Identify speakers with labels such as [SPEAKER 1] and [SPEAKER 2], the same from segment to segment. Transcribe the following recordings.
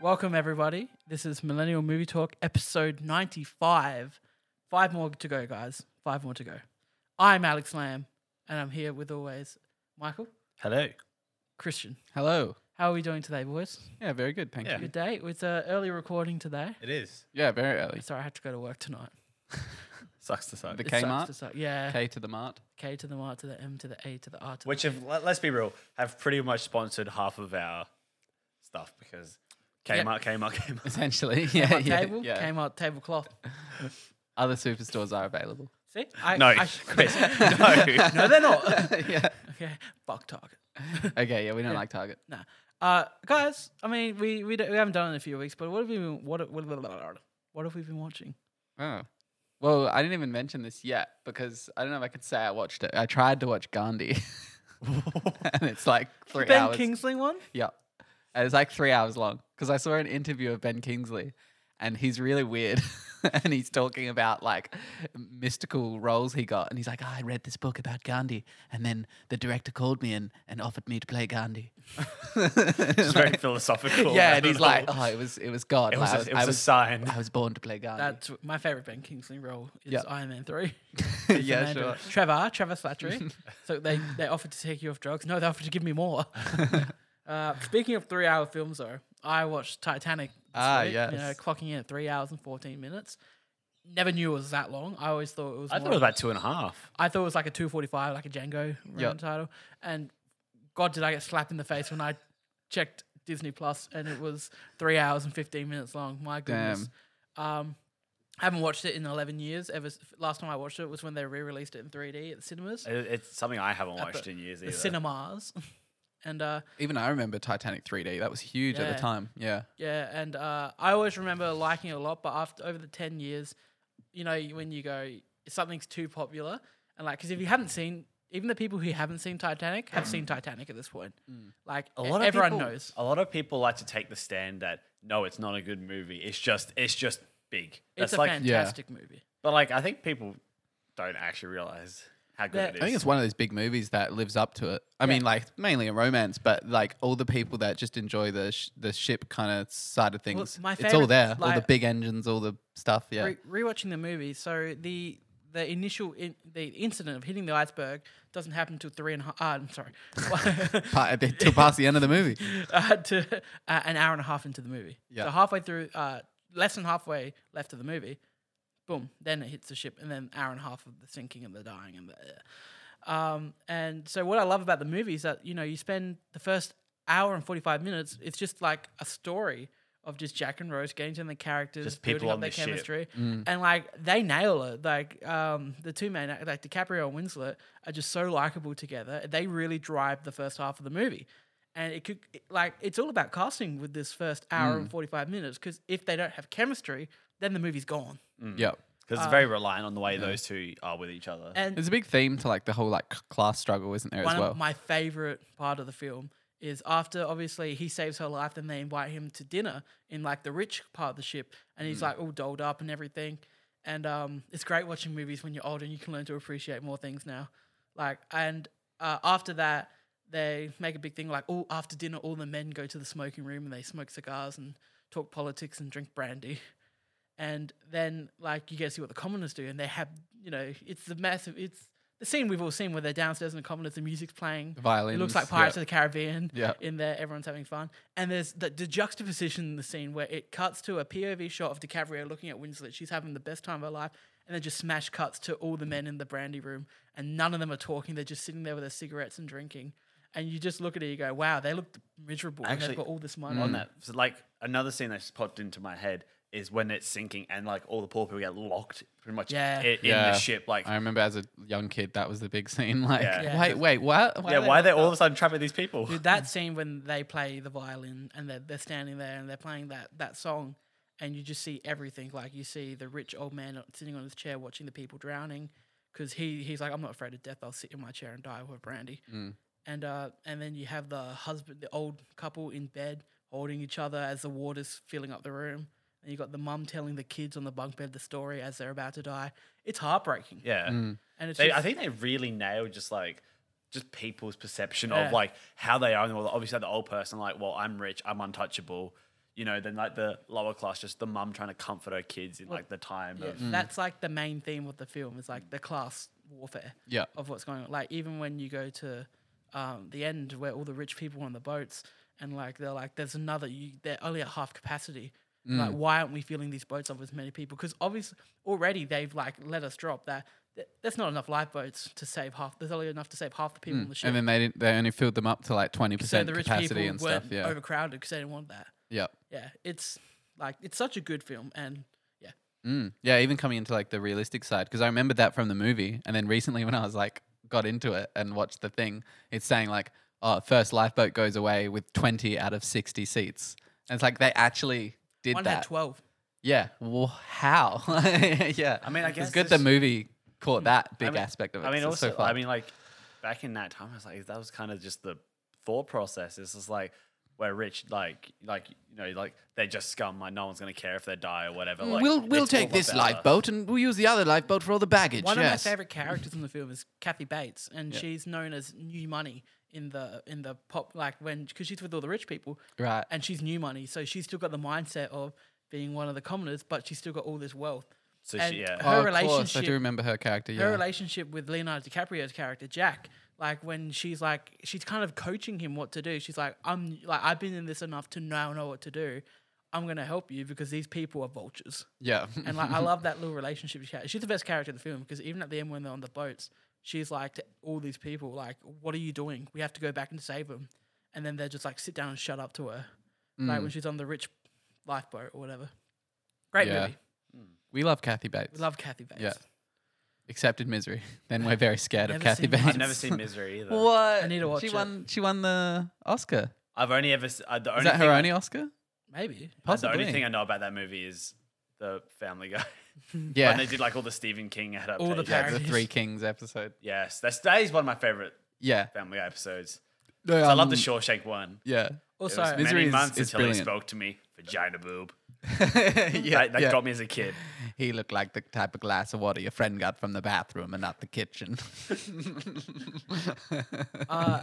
[SPEAKER 1] Welcome, everybody. This is Millennial Movie Talk, episode 95. Five more to go, guys. Five more to go. I'm Alex Lamb, and I'm here with always Michael,
[SPEAKER 2] Hello.
[SPEAKER 1] Christian.
[SPEAKER 3] Hello.
[SPEAKER 1] How are we doing today, boys?
[SPEAKER 3] Yeah, very good. Thank
[SPEAKER 2] Yeah.
[SPEAKER 3] you.
[SPEAKER 1] Good day. It was an early recording today.
[SPEAKER 2] It is.
[SPEAKER 3] Yeah, very early.
[SPEAKER 1] Sorry, I had to go to work tonight.
[SPEAKER 2] Sucks to suck.
[SPEAKER 3] The
[SPEAKER 1] It sucks
[SPEAKER 3] Kmart?
[SPEAKER 1] to suck. Yeah. K.
[SPEAKER 3] K to the mart.
[SPEAKER 1] to the R to the M to the A to the R to
[SPEAKER 2] Which have let, let's be real, have pretty much sponsored half of our stuff because
[SPEAKER 1] Yeah.
[SPEAKER 2] Kmart, Kmart, Kmart.
[SPEAKER 3] Essentially. Yeah.
[SPEAKER 1] the
[SPEAKER 3] yeah,
[SPEAKER 1] table.
[SPEAKER 3] yeah.
[SPEAKER 1] Came out tablecloth.
[SPEAKER 3] Other superstores are available.
[SPEAKER 1] See? I,
[SPEAKER 2] No,
[SPEAKER 1] I-
[SPEAKER 2] Chris, no.
[SPEAKER 1] no, they're not.
[SPEAKER 3] yeah.
[SPEAKER 1] okay. Fuck Target.
[SPEAKER 3] Okay, yeah, we don't like Target.
[SPEAKER 1] No. Uh, guys, I mean, we we, don't, we haven't done it in a few weeks, but what have we been, what what, what have we been watching?
[SPEAKER 3] Oh. Well, I didn't even mention this yet because I don't know if I could say I watched it. I tried to watch Gandhi. and it's like three
[SPEAKER 1] ben
[SPEAKER 3] hours.
[SPEAKER 1] Kingsley one.
[SPEAKER 3] Yeah. And it's like three hours long because I saw an interview of Ben Kingsley and he's really weird. and he's talking about like mystical roles he got. And he's like, "Oh, I read this book about Gandhi. And then the director called me and, and offered me to play Gandhi.
[SPEAKER 2] It's very philosophical.
[SPEAKER 3] yeah.
[SPEAKER 2] I
[SPEAKER 3] And
[SPEAKER 2] don't
[SPEAKER 3] he's like,
[SPEAKER 2] know.
[SPEAKER 3] oh, it was, it was God.
[SPEAKER 2] it
[SPEAKER 3] Like,
[SPEAKER 2] was,
[SPEAKER 3] I
[SPEAKER 2] a, it was a sign.
[SPEAKER 3] I was born to play Gandhi.
[SPEAKER 1] That's my favorite Ben Kingsley role is
[SPEAKER 3] Yeah.
[SPEAKER 1] Iron Man three.
[SPEAKER 3] yeah,
[SPEAKER 1] Amanda-
[SPEAKER 3] sure.
[SPEAKER 1] Trevor, Trevor Slattery. so they they offered to take you off drugs. No, they offered to give me more. uh, speaking of three hour films, though, I watched Titanic. This
[SPEAKER 3] Ah,
[SPEAKER 1] week, You know,
[SPEAKER 3] yes.
[SPEAKER 1] clocking in at three hours and fourteen minutes. Never knew it was that long. I always thought it was.
[SPEAKER 2] I
[SPEAKER 1] more
[SPEAKER 2] thought it was about two and a half.
[SPEAKER 1] I thought it was like a 245, like a Django
[SPEAKER 3] Yep.
[SPEAKER 1] round title. And God, did I get slapped in the face when I checked Disney Plus and it was three hours and 15 minutes long. My goodness. Um, I haven't watched it in 11 years. Ever s- last time I watched it was when they re released it in 3D at the cinemas,
[SPEAKER 2] It, it's something I haven't
[SPEAKER 1] At
[SPEAKER 2] watched
[SPEAKER 1] the-
[SPEAKER 2] in years
[SPEAKER 1] the
[SPEAKER 2] either.
[SPEAKER 1] cinemas. and uh,
[SPEAKER 3] Even I remember Titanic 3D. That was huge at
[SPEAKER 1] Yeah.
[SPEAKER 3] the time. Yeah.
[SPEAKER 1] Yeah, and uh, I always remember liking it a lot, but after over the ten years, you know, when you go something's too popular, and like because if you
[SPEAKER 2] Mm.
[SPEAKER 1] haven't seen, even the people who haven't seen Titanic have seen Titanic at this point. Like
[SPEAKER 2] Mm.
[SPEAKER 1] e,
[SPEAKER 2] a lot of
[SPEAKER 1] everyone
[SPEAKER 2] people,
[SPEAKER 1] knows,
[SPEAKER 2] A lot of people like to take the stand that no, it's not a good movie. It's just, it's just big.
[SPEAKER 1] it's
[SPEAKER 2] That's
[SPEAKER 1] a
[SPEAKER 2] like,
[SPEAKER 3] Yeah.
[SPEAKER 1] fantastic movie.
[SPEAKER 2] but like, I think people don't actually realize how good
[SPEAKER 1] Yeah.
[SPEAKER 2] it is.
[SPEAKER 3] I think it's one of those big movies that lives up to it. I mean, like mainly a romance, but like all the people that just enjoy the sh- the ship kind of side of things.
[SPEAKER 1] my
[SPEAKER 3] it's
[SPEAKER 1] favorite
[SPEAKER 3] all
[SPEAKER 1] is
[SPEAKER 3] there, all the
[SPEAKER 1] like-
[SPEAKER 3] big engines, all the stuff. Yeah,
[SPEAKER 1] Re- rewatching the movie, so the the initial in, the incident of hitting the iceberg doesn't happen till three and a half. Uh, I'm sorry.
[SPEAKER 3] Pa- they- till past the end of the movie.
[SPEAKER 1] uh, to uh, an hour and a half into the movie.
[SPEAKER 3] Yeah.
[SPEAKER 1] So halfway through, uh, less than halfway left of the movie, boom, then it hits the ship, and then hour and a half of the sinking and the dying and the. Um, and so what I love about the movie is that you know you spend the first hour and forty five minutes. It's just like a story of just Jack and Rose getting to know the characters,
[SPEAKER 2] Just people
[SPEAKER 1] building up
[SPEAKER 2] on
[SPEAKER 1] their
[SPEAKER 2] the ship.
[SPEAKER 1] chemistry, and like they nail it. Like um, the two main, act- like DiCaprio and Winslet, are just so likable together. They really drive the first half of the movie. And it could it- like it's all about casting with this first hour and forty five minutes because if they don't have chemistry, then the movie's gone.
[SPEAKER 3] Yeah,
[SPEAKER 2] because it's very reliant on the way those two are with each other.
[SPEAKER 1] Oh. And
[SPEAKER 3] there's a big theme to like the whole like c- class struggle, isn't there
[SPEAKER 1] one
[SPEAKER 3] as well?
[SPEAKER 1] of my favorite part of the film is after obviously he saves her life then they invite him to dinner in like the rich part of the ship and
[SPEAKER 3] Mm.
[SPEAKER 1] he's like all dolled up and everything and um, it's great watching movies when you're older and you can learn to appreciate more things now like and uh, after that they make a big thing like oh after dinner all the men go to the smoking room and they smoke cigars and talk politics and drink brandy and then like you get to see what the commoners do, and they have you know it's the massive it's the scene we've all seen where they're downstairs and the commoners the music's playing. It looks
[SPEAKER 3] Violins,
[SPEAKER 1] like Pirates
[SPEAKER 3] yeah.
[SPEAKER 1] of the Caribbean
[SPEAKER 3] Yeah.
[SPEAKER 1] in there. Everyone's having fun, and there's the, the juxtaposition in the scene where it cuts to a POV shot of DiCaprio looking at Winslet. She's having the best time of her life, and then just smash cuts to all the men in the brandy room, and none of them are talking. They're just sitting there with their cigarettes and drinking, and you just look at it, you go, "Wow, they look miserable." and
[SPEAKER 2] Actually,
[SPEAKER 1] they've got all this money
[SPEAKER 2] on that. So like another scene that's popped into my head is when it's sinking and like all the poor people get locked pretty much
[SPEAKER 1] Yeah.
[SPEAKER 2] i- in
[SPEAKER 3] Yeah.
[SPEAKER 2] the ship. Like,
[SPEAKER 3] I remember as a young kid, that was the big scene. Like,
[SPEAKER 2] Yeah.
[SPEAKER 1] Yeah.
[SPEAKER 3] wait, wait, what? Why
[SPEAKER 2] yeah,
[SPEAKER 3] are they
[SPEAKER 2] why are
[SPEAKER 3] like
[SPEAKER 2] they all of a sudden trapping these people?
[SPEAKER 1] Dude, that scene when they play the violin and they're, they're standing there and they're playing that, that song, and you just see everything. Like you see the rich old man sitting on his chair watching the people drowning, because he he's like, I'm not afraid of death. I'll sit in my chair and die with brandy.
[SPEAKER 2] Mm.
[SPEAKER 1] And uh, and then you have the husband, the old couple in bed holding each other as the water's filling up the room. And you got the mum telling the kids on the bunk bed the story as they're about to die. It's heartbreaking.
[SPEAKER 2] yeah.
[SPEAKER 3] Mm.
[SPEAKER 1] And it's
[SPEAKER 2] They,
[SPEAKER 1] just,
[SPEAKER 2] I think they really nailed just like just people's perception
[SPEAKER 1] Yeah.
[SPEAKER 2] of like how they are in the world. Obviously, the old person, like, well, I'm rich, I'm untouchable. you know, than like the lower class, just the mum trying to comfort her kids in
[SPEAKER 1] Well,
[SPEAKER 2] like the time
[SPEAKER 1] Yeah,
[SPEAKER 2] of
[SPEAKER 3] Mm.
[SPEAKER 1] That's like the main theme of the film is like the class warfare
[SPEAKER 3] Yeah.
[SPEAKER 1] of what's going on. Like even when you go to um, the end where all the rich people on the boats and like they're like, there's another. You, they're only at half capacity.
[SPEAKER 3] Mm.
[SPEAKER 1] Like why aren't we filling these boats up with as many people? Because obviously already they've like let us drop that. th- There's not enough lifeboats to save half. There's only enough to save half the people on the ship.
[SPEAKER 3] Mm. And then they didn't, they only filled them up to like twenty
[SPEAKER 1] so
[SPEAKER 3] percent
[SPEAKER 1] the rich
[SPEAKER 3] capacity
[SPEAKER 1] people
[SPEAKER 3] and
[SPEAKER 1] weren't
[SPEAKER 3] stuff. Yeah.
[SPEAKER 1] overcrowded because they didn't want that.
[SPEAKER 3] yeah.
[SPEAKER 1] Yeah, it's like it's such a good film, and yeah,
[SPEAKER 3] Mm. Yeah, even coming into like the realistic side, because I remembered that from the movie. And then recently, when I was like, got into it and watched the thing, it's saying like, oh, first lifeboat goes away with 20 out of 60 seats. And it's like, they actually did
[SPEAKER 1] one had
[SPEAKER 3] that.
[SPEAKER 1] twelve.
[SPEAKER 3] yeah. Well, how? yeah.
[SPEAKER 2] I mean, I guess
[SPEAKER 3] it's good the
[SPEAKER 2] this-
[SPEAKER 3] movie caught that big
[SPEAKER 2] I mean-
[SPEAKER 3] aspect of it.
[SPEAKER 2] I mean,
[SPEAKER 3] so it's so
[SPEAKER 2] also, I
[SPEAKER 3] fun.
[SPEAKER 2] mean, like back in that time, I was like, that was kind of just the thought process. It's just like we're rich, like, like you know, like they're just scum. Like no one's gonna care if they die or whatever. Like,
[SPEAKER 3] Mm, we'll we'll
[SPEAKER 2] it's
[SPEAKER 3] take
[SPEAKER 2] all
[SPEAKER 3] this
[SPEAKER 2] about us.
[SPEAKER 3] lifeboat and we'll use the other lifeboat for all the baggage.
[SPEAKER 1] One
[SPEAKER 3] yes.
[SPEAKER 1] of my favorite characters in the film is Kathy Bates, and
[SPEAKER 3] Yeah.
[SPEAKER 1] she's known as New Money in the in the pop like when because she's with all the rich people,
[SPEAKER 3] Right.
[SPEAKER 1] and she's new money, so she's still got the mindset of being one of the commoners, but she's still got all this wealth.
[SPEAKER 2] So
[SPEAKER 1] and
[SPEAKER 2] she, yeah,
[SPEAKER 1] her
[SPEAKER 3] Oh, of Course. I
[SPEAKER 1] relationship-
[SPEAKER 3] do remember her character. Yeah.
[SPEAKER 1] Her relationship with Leonardo DiCaprio's character Jack, like when she's like she's kind of coaching him what to do. She's like, I'm like I've been in this enough to now know what to do. I'm gonna help you because these people are vultures.
[SPEAKER 3] yeah.
[SPEAKER 1] And like I love that little relationship she had. She's the best character in the film because even at the end when they're on the boats, she's like to all these people, like, "What are you doing? We have to go back and save them." And then they're just like, "Sit down and shut up" to her,
[SPEAKER 3] Mm.
[SPEAKER 1] like when she's on the rich lifeboat or whatever. Great
[SPEAKER 3] Yeah.
[SPEAKER 1] movie.
[SPEAKER 3] we love Kathy Bates.
[SPEAKER 1] We love Kathy Bates.
[SPEAKER 3] Yeah. Accepted misery. Then we're very scared of
[SPEAKER 1] Never
[SPEAKER 3] Kathy
[SPEAKER 1] seen-
[SPEAKER 3] Bates.
[SPEAKER 1] I've
[SPEAKER 2] I've never seen Misery either.
[SPEAKER 3] What?
[SPEAKER 1] I need to watch
[SPEAKER 3] she
[SPEAKER 1] it.
[SPEAKER 3] won. She won the Oscar.
[SPEAKER 2] I've only ever s- uh, the only
[SPEAKER 3] Is that
[SPEAKER 2] thing
[SPEAKER 3] her only Oscar?
[SPEAKER 1] Maybe.
[SPEAKER 3] Possibly.
[SPEAKER 2] The only thing I know about that movie is the Family Guy.
[SPEAKER 3] yeah.
[SPEAKER 2] when they did like all the Stephen King adaptations.
[SPEAKER 3] yeah,
[SPEAKER 1] parodies.
[SPEAKER 3] the Three Kings episode.
[SPEAKER 2] Yes, that's that is one of my favorite
[SPEAKER 3] Yeah. Um,
[SPEAKER 2] Family Guy episodes. I love the Shawshank one.
[SPEAKER 3] Yeah.
[SPEAKER 2] It
[SPEAKER 1] Also,
[SPEAKER 2] was
[SPEAKER 3] Misery
[SPEAKER 2] many
[SPEAKER 3] is-
[SPEAKER 2] months
[SPEAKER 3] is
[SPEAKER 2] until
[SPEAKER 3] brilliant.
[SPEAKER 2] he spoke to me. Vagina boob.
[SPEAKER 3] yeah.
[SPEAKER 2] that that
[SPEAKER 3] yeah.
[SPEAKER 2] got me as a kid.
[SPEAKER 3] He looked like the type of glass of water your friend got from the bathroom and not the kitchen.
[SPEAKER 1] uh,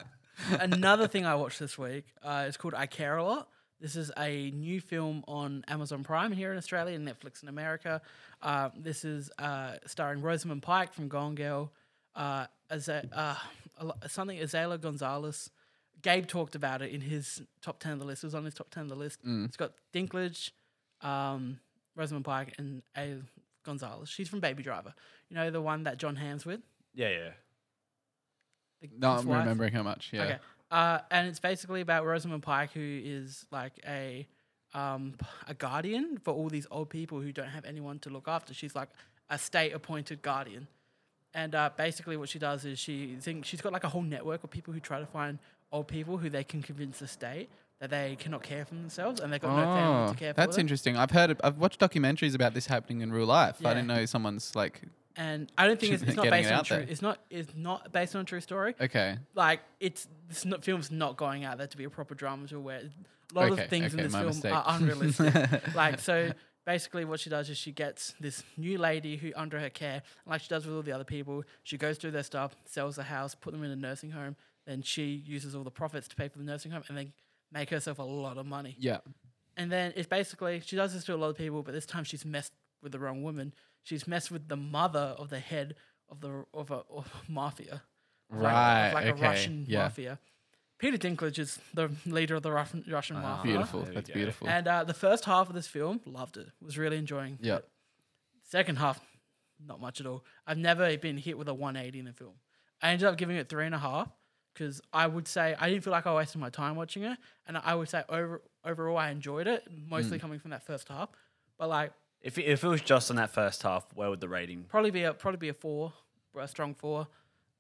[SPEAKER 1] another thing I watched this week uh, is called I Care a Lot. This is a new film on Amazon Prime here in Australia and Netflix in America. Uh, this is uh, starring Rosamund Pike from Gone Girl, uh, Aza- uh, a lo- something Azela Gonzalez. Gabe talked about it in his top 10 of the list. It was on his top 10 of the list.
[SPEAKER 3] Mm.
[SPEAKER 1] It's got Dinklage, um, Rosamund Pike, and A. Gonzalez. She's from Baby Driver. You know, the one that John Hamm's with?
[SPEAKER 2] Yeah, yeah.
[SPEAKER 1] The-
[SPEAKER 3] no,
[SPEAKER 1] his
[SPEAKER 3] I'm
[SPEAKER 1] wife?
[SPEAKER 3] remembering her much. Yeah.
[SPEAKER 1] Okay. Uh, and it's basically about Rosamund Pike, who is like a um, p- a guardian for all these old people who don't have anyone to look after. She's like a state appointed guardian. And uh, basically, what she does is she thinks she's got like a whole network of people who try to find old people who they can convince the state that they cannot care for themselves and they've got no family
[SPEAKER 3] Oh,
[SPEAKER 1] to care for.
[SPEAKER 3] that's
[SPEAKER 1] them.
[SPEAKER 3] interesting. I've heard, I've watched documentaries about this happening in real life. I
[SPEAKER 1] Yeah.
[SPEAKER 3] didn't know someone's like,
[SPEAKER 1] And I don't think it's, it's not
[SPEAKER 3] Getting
[SPEAKER 1] based
[SPEAKER 3] it
[SPEAKER 1] on
[SPEAKER 3] out
[SPEAKER 1] true.
[SPEAKER 3] there.
[SPEAKER 1] It's not. It's not based on a true story.
[SPEAKER 3] okay,
[SPEAKER 1] like it's this n film's not going out there to be a proper drama to where a lot
[SPEAKER 3] Okay,
[SPEAKER 1] of things
[SPEAKER 3] okay,
[SPEAKER 1] in this
[SPEAKER 3] my
[SPEAKER 1] film
[SPEAKER 3] mistake.
[SPEAKER 1] are unrealistic. like so basically what she does is she gets this new lady who under her care, like she does with all the other people, she goes through their stuff, sells the house, put them in a nursing home, then she uses all the profits to pay for the nursing home and then make herself a lot of money.
[SPEAKER 3] yeah,
[SPEAKER 2] Uh-huh.
[SPEAKER 1] And then it's basically she does this to a lot of people, but this time she's messed with the wrong woman. She's messed with the mother of the head of the of a of a mafia, Like-
[SPEAKER 3] Right,
[SPEAKER 1] Of like
[SPEAKER 3] okay,
[SPEAKER 1] a Russian
[SPEAKER 3] yeah.
[SPEAKER 1] mafia. Peter Dinklage is the leader of the Russian Russian mafia.
[SPEAKER 3] Ah, beautiful.
[SPEAKER 2] we
[SPEAKER 3] That's
[SPEAKER 2] go.
[SPEAKER 3] beautiful.
[SPEAKER 1] And uh, the first half of this film, loved it. Was really enjoying.
[SPEAKER 3] yeah,
[SPEAKER 1] Second half, not much at all. I've never been hit with a 180 in the film. I ended up giving it three and a half because I would say I didn't feel like I wasted my time watching it, and I would say over overall I enjoyed it, mostly coming from that first half. But like
[SPEAKER 2] If it, if it was just on that first half, where would the rating?
[SPEAKER 1] probably be a probably be a four, a strong four.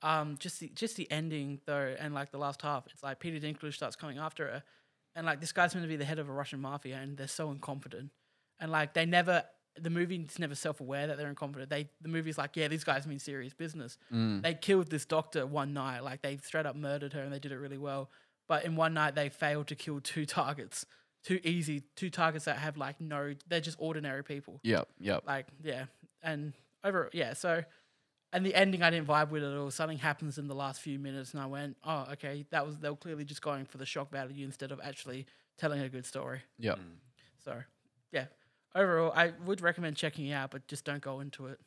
[SPEAKER 1] Um, just the just the ending though, and like the last half, it's like Peter Dinklage starts coming after her, and like this guy's meant to be the head of a Russian mafia, and they're so incompetent, and like they never. The movie's never self-aware that they're incompetent. They the movie's like, yeah, these guys mean serious business. They killed this doctor one night, like they straight up murdered her, and they did it really well. But in one night, they failed to kill two targets, two easy, two targets that have like no, they're just ordinary people
[SPEAKER 3] yeah, yeah.
[SPEAKER 1] like yeah and over yeah so and the ending i didn't vibe with it at all something happens in the last few minutes and i went oh okay that was they were clearly just going for the shock value instead of actually telling a good story
[SPEAKER 3] Yeah.
[SPEAKER 1] So, yeah. Overall, I would recommend checking it out, but just don't go into it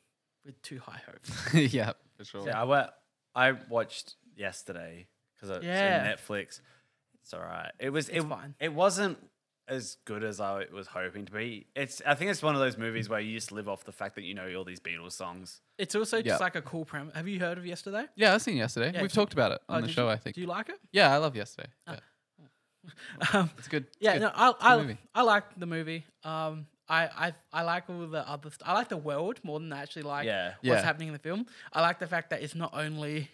[SPEAKER 1] with too high hopes.
[SPEAKER 2] mm.
[SPEAKER 4] yeah, for sure.
[SPEAKER 2] Yeah, I went, I watched yesterday because it's
[SPEAKER 1] Yeah.
[SPEAKER 2] on Netflix. It's all right. It was
[SPEAKER 1] It's
[SPEAKER 2] it,
[SPEAKER 1] fine.
[SPEAKER 2] It wasn't as good as I was hoping to be. It's I think it's one of those movies where you just live off the fact that you know all these Beatles songs.
[SPEAKER 1] It's also
[SPEAKER 4] Yeah.
[SPEAKER 1] just like a cool premise. Have you heard of Yesterday?
[SPEAKER 4] Yeah, I've seen yesterday.
[SPEAKER 1] Yeah,
[SPEAKER 4] We've
[SPEAKER 1] did-
[SPEAKER 4] talked about it on
[SPEAKER 1] Oh,
[SPEAKER 4] the
[SPEAKER 1] did
[SPEAKER 4] show,
[SPEAKER 1] you-
[SPEAKER 4] I think.
[SPEAKER 1] Do you like it?
[SPEAKER 4] yeah, I love yesterday. Yeah.
[SPEAKER 1] Um,
[SPEAKER 4] It's good. It's
[SPEAKER 1] yeah,
[SPEAKER 4] good.
[SPEAKER 1] no, I I,
[SPEAKER 4] movie.
[SPEAKER 1] I like the movie. Um, I, I I like all the other. St- I like the world more than I actually like
[SPEAKER 2] Yeah.
[SPEAKER 1] what's
[SPEAKER 4] Yeah.
[SPEAKER 1] happening in the film. I like the fact that it's not only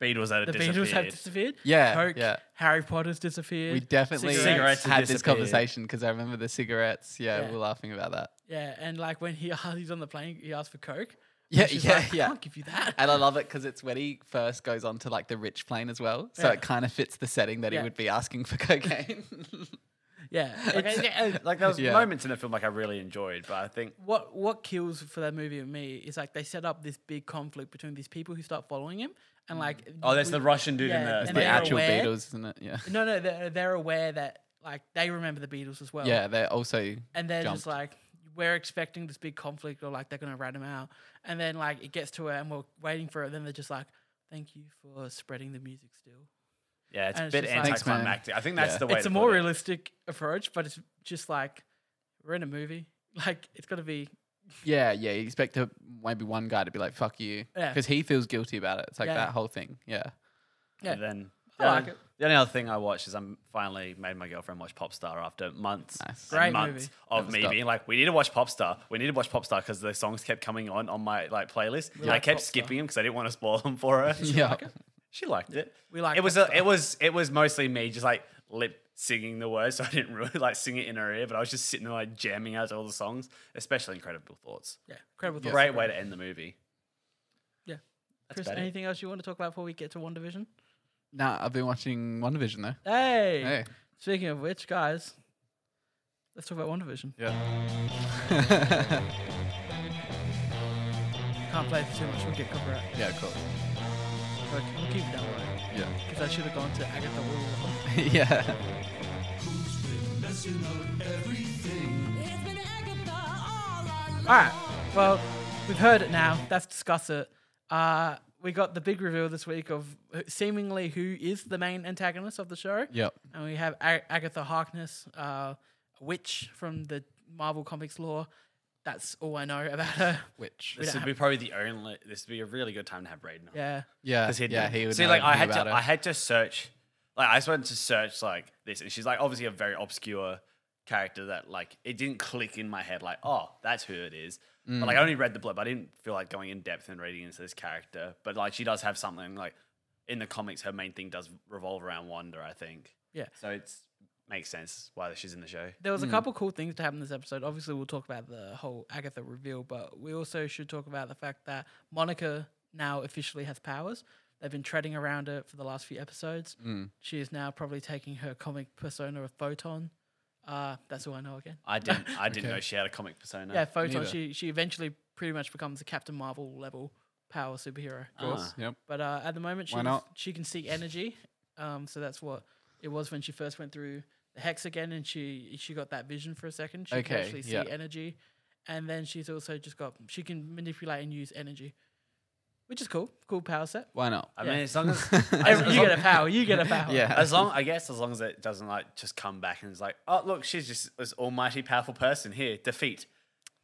[SPEAKER 2] Beatles that
[SPEAKER 1] the
[SPEAKER 2] had
[SPEAKER 1] Beatles have
[SPEAKER 2] disappeared.
[SPEAKER 1] disappeared.
[SPEAKER 4] Yeah,
[SPEAKER 1] Coke,
[SPEAKER 4] yeah.
[SPEAKER 1] Harry Potter's disappeared.
[SPEAKER 4] we definitely
[SPEAKER 2] Cigarettes have
[SPEAKER 4] had this
[SPEAKER 2] disappeared.
[SPEAKER 4] conversation because I remember the cigarettes. Yeah,
[SPEAKER 1] Yeah.
[SPEAKER 4] we were laughing about that.
[SPEAKER 1] Yeah, and like when he he's on the plane, he asked for Coke.
[SPEAKER 4] Yeah,
[SPEAKER 1] she's
[SPEAKER 4] yeah,
[SPEAKER 1] like, I
[SPEAKER 4] yeah. Uh,
[SPEAKER 1] Can't give you that.
[SPEAKER 4] And I love it because it's when he first goes on to like the rich plane as well. So
[SPEAKER 1] Yeah.
[SPEAKER 4] it kind of fits the setting that
[SPEAKER 1] Yeah.
[SPEAKER 4] he would be asking for cocaine.
[SPEAKER 1] yeah,
[SPEAKER 2] Like,
[SPEAKER 1] it's-
[SPEAKER 2] I- I- like there was
[SPEAKER 4] Yeah.
[SPEAKER 2] moments in the film like I really enjoyed, but I think
[SPEAKER 1] what what kills for that movie and me is like they set up this big conflict between these people who start following him and like
[SPEAKER 2] oh, there's the
[SPEAKER 1] we-
[SPEAKER 2] Russian dude
[SPEAKER 1] yeah,
[SPEAKER 2] in
[SPEAKER 1] and
[SPEAKER 2] the
[SPEAKER 4] the
[SPEAKER 1] they're
[SPEAKER 4] actual
[SPEAKER 1] aware-
[SPEAKER 4] Beatles, isn't it? Yeah.
[SPEAKER 1] no no they're, they're aware that like they remember the Beatles as well
[SPEAKER 4] Yeah, they're also.
[SPEAKER 1] and they're just
[SPEAKER 4] jumped.
[SPEAKER 1] like we're expecting this big conflict or like they're gonna rat him out and then like it gets to it and we're waiting for it and then they're just like thank you for spreading the music still
[SPEAKER 2] yeah, it's
[SPEAKER 1] And
[SPEAKER 2] a
[SPEAKER 1] it's
[SPEAKER 2] bit
[SPEAKER 1] just like- Thanks,
[SPEAKER 4] man.
[SPEAKER 2] anticlimactic. I think that's
[SPEAKER 4] Yeah.
[SPEAKER 2] the way
[SPEAKER 1] it's
[SPEAKER 2] to
[SPEAKER 1] a more
[SPEAKER 2] put it.
[SPEAKER 1] realistic approach but it's just like we're in a movie like it's gonna be
[SPEAKER 4] Yeah, yeah. You expect to maybe one guy to be like, fuck you.
[SPEAKER 1] Yeah.
[SPEAKER 4] Because he feels guilty about it. It's like
[SPEAKER 1] Yeah.
[SPEAKER 4] that whole thing. Yeah.
[SPEAKER 1] Yeah.
[SPEAKER 2] And then
[SPEAKER 1] I
[SPEAKER 2] the,
[SPEAKER 1] like
[SPEAKER 2] only-
[SPEAKER 1] it.
[SPEAKER 2] the only other thing I watched is I am finally made my girlfriend watch Popstar after months
[SPEAKER 4] Nice.
[SPEAKER 2] and
[SPEAKER 1] Great
[SPEAKER 2] months
[SPEAKER 1] movie.
[SPEAKER 2] of
[SPEAKER 4] Never
[SPEAKER 2] me
[SPEAKER 4] stop.
[SPEAKER 2] being like, we need to watch Popstar. We need to watch Popstar because the songs kept coming on on my like playlist. And I
[SPEAKER 1] like
[SPEAKER 2] kept
[SPEAKER 1] Popstar.
[SPEAKER 2] skipping them because I didn't want to spoil them for her.
[SPEAKER 4] Yeah.
[SPEAKER 2] she liked it.
[SPEAKER 1] We like
[SPEAKER 2] it was
[SPEAKER 1] Popstar.
[SPEAKER 2] a, it was it was mostly me just like lip singing the words, so I didn't really like sing it in her ear, but I was just sitting there like jamming out to all the songs, especially Incredible Thoughts.
[SPEAKER 1] yeah incredible thoughts.
[SPEAKER 2] Great way to end the movie.
[SPEAKER 1] Yeah.
[SPEAKER 2] That's
[SPEAKER 1] Chris
[SPEAKER 2] about it.
[SPEAKER 1] anything else you want to talk about before we get to One Division
[SPEAKER 4] Nah, I've been watching WandaVision though.
[SPEAKER 1] hey
[SPEAKER 4] Hey.
[SPEAKER 1] Speaking of which, guys, let's talk about WandaVision.
[SPEAKER 4] Yeah.
[SPEAKER 1] Can't play for too much, we'll get copyright.
[SPEAKER 4] yeah, cool.
[SPEAKER 1] But we'll keep it down low.
[SPEAKER 4] Yeah.
[SPEAKER 1] Because I should have gone to Agatha all along.
[SPEAKER 4] yeah.
[SPEAKER 5] It's been Agatha all along.
[SPEAKER 1] Alright, well, we've heard it now. Let's discuss it. Uh, we got the big reveal this week of wh- seemingly who is the main antagonist of the show.
[SPEAKER 4] Yep.
[SPEAKER 1] And we have A- Agatha Harkness, uh, a witch from the Marvel Comics lore. That's all I know about her.
[SPEAKER 4] Which.
[SPEAKER 2] This
[SPEAKER 1] don't
[SPEAKER 2] would be probably the only. This would be a really good time to have Raiden. on.
[SPEAKER 1] Yeah.
[SPEAKER 4] Yeah.
[SPEAKER 2] 'Cause he'd
[SPEAKER 4] yeah,
[SPEAKER 2] know.
[SPEAKER 4] he would
[SPEAKER 2] See,
[SPEAKER 4] know
[SPEAKER 2] like I had
[SPEAKER 4] everything
[SPEAKER 2] to,
[SPEAKER 4] about
[SPEAKER 2] I
[SPEAKER 4] it.
[SPEAKER 2] had to search. Like I just went to search like this, and she's like obviously a very obscure character that like it didn't click in my head. Like, oh, that's who it is. But
[SPEAKER 4] Mm.
[SPEAKER 2] like I only read the blurb. I didn't feel like going in depth and reading into this character. But like she does have something like in the comics. Her main thing does revolve around Wanda. I think.
[SPEAKER 1] Yeah.
[SPEAKER 2] So it's makes sense why she's in the show.
[SPEAKER 1] There was a couple cool things to happen this episode. Obviously, we'll talk about the whole Agatha reveal, but we also should talk about the fact that Monica now officially has powers. They've been treading around it for the last few episodes. She is now probably taking her comic persona of Photon. Uh, that's all I know again.
[SPEAKER 2] I didn't. I didn't
[SPEAKER 4] Okay.
[SPEAKER 2] know she had a comic persona.
[SPEAKER 1] yeah, Photon.
[SPEAKER 4] neither.
[SPEAKER 1] She she eventually pretty much becomes a Captain Marvel level power superhero.
[SPEAKER 2] Of course.
[SPEAKER 4] Yep.
[SPEAKER 1] But uh, at the moment, she
[SPEAKER 4] Why
[SPEAKER 1] can,
[SPEAKER 4] not?
[SPEAKER 1] she can see energy. Um, so that's what it was when she first went through the hex again, and she she got that vision for a second. She can
[SPEAKER 4] Okay,
[SPEAKER 1] actually see
[SPEAKER 4] yeah.
[SPEAKER 1] energy, and then she's also just got she can manipulate and use energy, which is cool. Cool power set.
[SPEAKER 4] Why not?
[SPEAKER 2] I
[SPEAKER 1] Yeah.
[SPEAKER 2] mean, as long as as
[SPEAKER 1] Every- you
[SPEAKER 2] long-
[SPEAKER 1] get a power. You get a power.
[SPEAKER 4] Yeah.
[SPEAKER 2] As long, I guess, as long as it doesn't like just come back and it's like, oh look, she's just this almighty powerful person here. Defeat,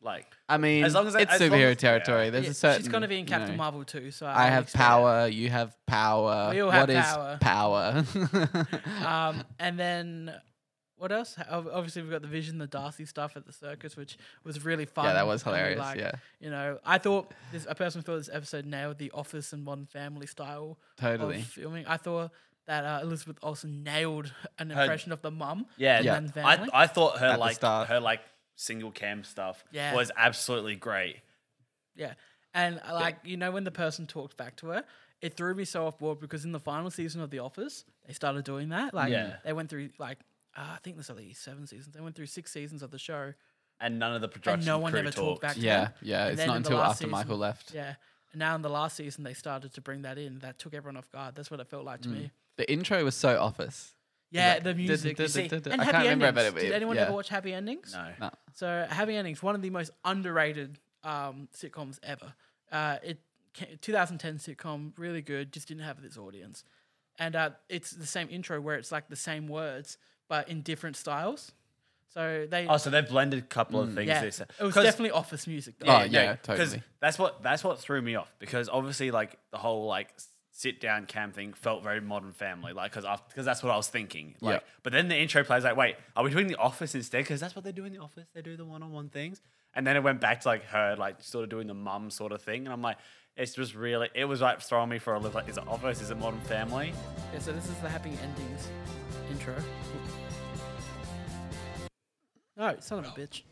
[SPEAKER 2] like
[SPEAKER 4] I mean,
[SPEAKER 2] as long as I-
[SPEAKER 4] it's
[SPEAKER 2] as long
[SPEAKER 4] superhero
[SPEAKER 2] as-
[SPEAKER 4] territory.
[SPEAKER 2] yeah.
[SPEAKER 4] There's
[SPEAKER 1] Yeah,
[SPEAKER 4] a certain.
[SPEAKER 1] she's gonna be
[SPEAKER 4] you
[SPEAKER 1] in Captain
[SPEAKER 4] know,
[SPEAKER 1] Marvel too. So
[SPEAKER 4] I
[SPEAKER 1] would
[SPEAKER 4] have
[SPEAKER 1] expect-
[SPEAKER 4] power. You have power.
[SPEAKER 1] We all have
[SPEAKER 4] What is
[SPEAKER 1] power.
[SPEAKER 4] power?
[SPEAKER 1] Um, and then. What else? Ob- Obviously, we've got the Vision, the Darcy stuff at the circus, which was really fun.
[SPEAKER 4] yeah, that was
[SPEAKER 1] and we
[SPEAKER 4] hilarious.
[SPEAKER 1] like-
[SPEAKER 4] yeah,
[SPEAKER 1] You know, I thought this, I personally thought this episode nailed the Office and Modern Family style
[SPEAKER 4] totally.
[SPEAKER 1] of filming. I thought that uh, Elizabeth Olsen nailed an impression of the mum.
[SPEAKER 2] yeah,
[SPEAKER 1] and
[SPEAKER 4] Yeah.
[SPEAKER 1] then
[SPEAKER 2] I,
[SPEAKER 1] family.
[SPEAKER 2] I thought her
[SPEAKER 4] the
[SPEAKER 2] like
[SPEAKER 4] start.
[SPEAKER 2] her like single cam stuff
[SPEAKER 1] Yeah.
[SPEAKER 2] was absolutely great.
[SPEAKER 1] yeah, and I like you know when the person talked back to her, it threw me so off board because in the final season of The Office, they started doing that. Like
[SPEAKER 2] Yeah.
[SPEAKER 1] they went through like uh, I think there's only seven seasons. They went through six seasons of the show,
[SPEAKER 2] And none of the
[SPEAKER 1] and
[SPEAKER 2] production
[SPEAKER 1] no one
[SPEAKER 2] crew
[SPEAKER 1] ever talked back. To
[SPEAKER 4] Yeah,
[SPEAKER 1] them.
[SPEAKER 4] yeah.
[SPEAKER 1] And
[SPEAKER 4] It's
[SPEAKER 1] then
[SPEAKER 4] not
[SPEAKER 1] in the
[SPEAKER 4] until
[SPEAKER 1] last
[SPEAKER 4] after
[SPEAKER 1] season-
[SPEAKER 4] Michael left.
[SPEAKER 1] Yeah, and now in the last
[SPEAKER 4] Mm.
[SPEAKER 1] season they started to bring that in. That took everyone off guard. That's what it felt like to me.
[SPEAKER 4] The intro was so Office.
[SPEAKER 1] Yeah,
[SPEAKER 4] like,
[SPEAKER 1] the
[SPEAKER 4] duh,
[SPEAKER 1] music.
[SPEAKER 4] duh,
[SPEAKER 1] you
[SPEAKER 4] duh,
[SPEAKER 1] see.
[SPEAKER 4] duh, duh.
[SPEAKER 1] And
[SPEAKER 4] I
[SPEAKER 1] Happy
[SPEAKER 4] can't remember,
[SPEAKER 1] Endings.
[SPEAKER 4] but it-
[SPEAKER 1] Did anyone
[SPEAKER 4] yeah.
[SPEAKER 1] ever watch Happy Endings?
[SPEAKER 2] No.
[SPEAKER 4] No.
[SPEAKER 1] So Happy Endings, one of the most underrated um, sitcoms ever. Uh, it ca- 2010 sitcom, really good. Just didn't have this audience, and uh, it's the same intro where it's like the same words but in different styles. So they,
[SPEAKER 2] Oh, so they've blended a couple
[SPEAKER 4] Mm.
[SPEAKER 2] of things.
[SPEAKER 1] yeah,
[SPEAKER 2] this
[SPEAKER 1] it was
[SPEAKER 2] 'cause-
[SPEAKER 1] definitely office music. Though.
[SPEAKER 4] Oh,
[SPEAKER 2] no,
[SPEAKER 4] yeah,
[SPEAKER 2] 'cause
[SPEAKER 4] totally.
[SPEAKER 2] That's what that's what threw me off because obviously like the whole like sit down cam thing felt very Modern Family like because because that's what I was thinking. Like,
[SPEAKER 4] Yeah.
[SPEAKER 2] but then the intro plays like, wait, are we doing the Office instead? Because that's what they do in the Office. They do the one on one things, and then it went back to like her like sort of doing the mum sort of thing, and I'm like. It's just really, it was like throwing me for a loop. Like, is it Office? Is it Modern Family?
[SPEAKER 1] Yeah, so this is the Happy Endings intro. No, son of a bitch.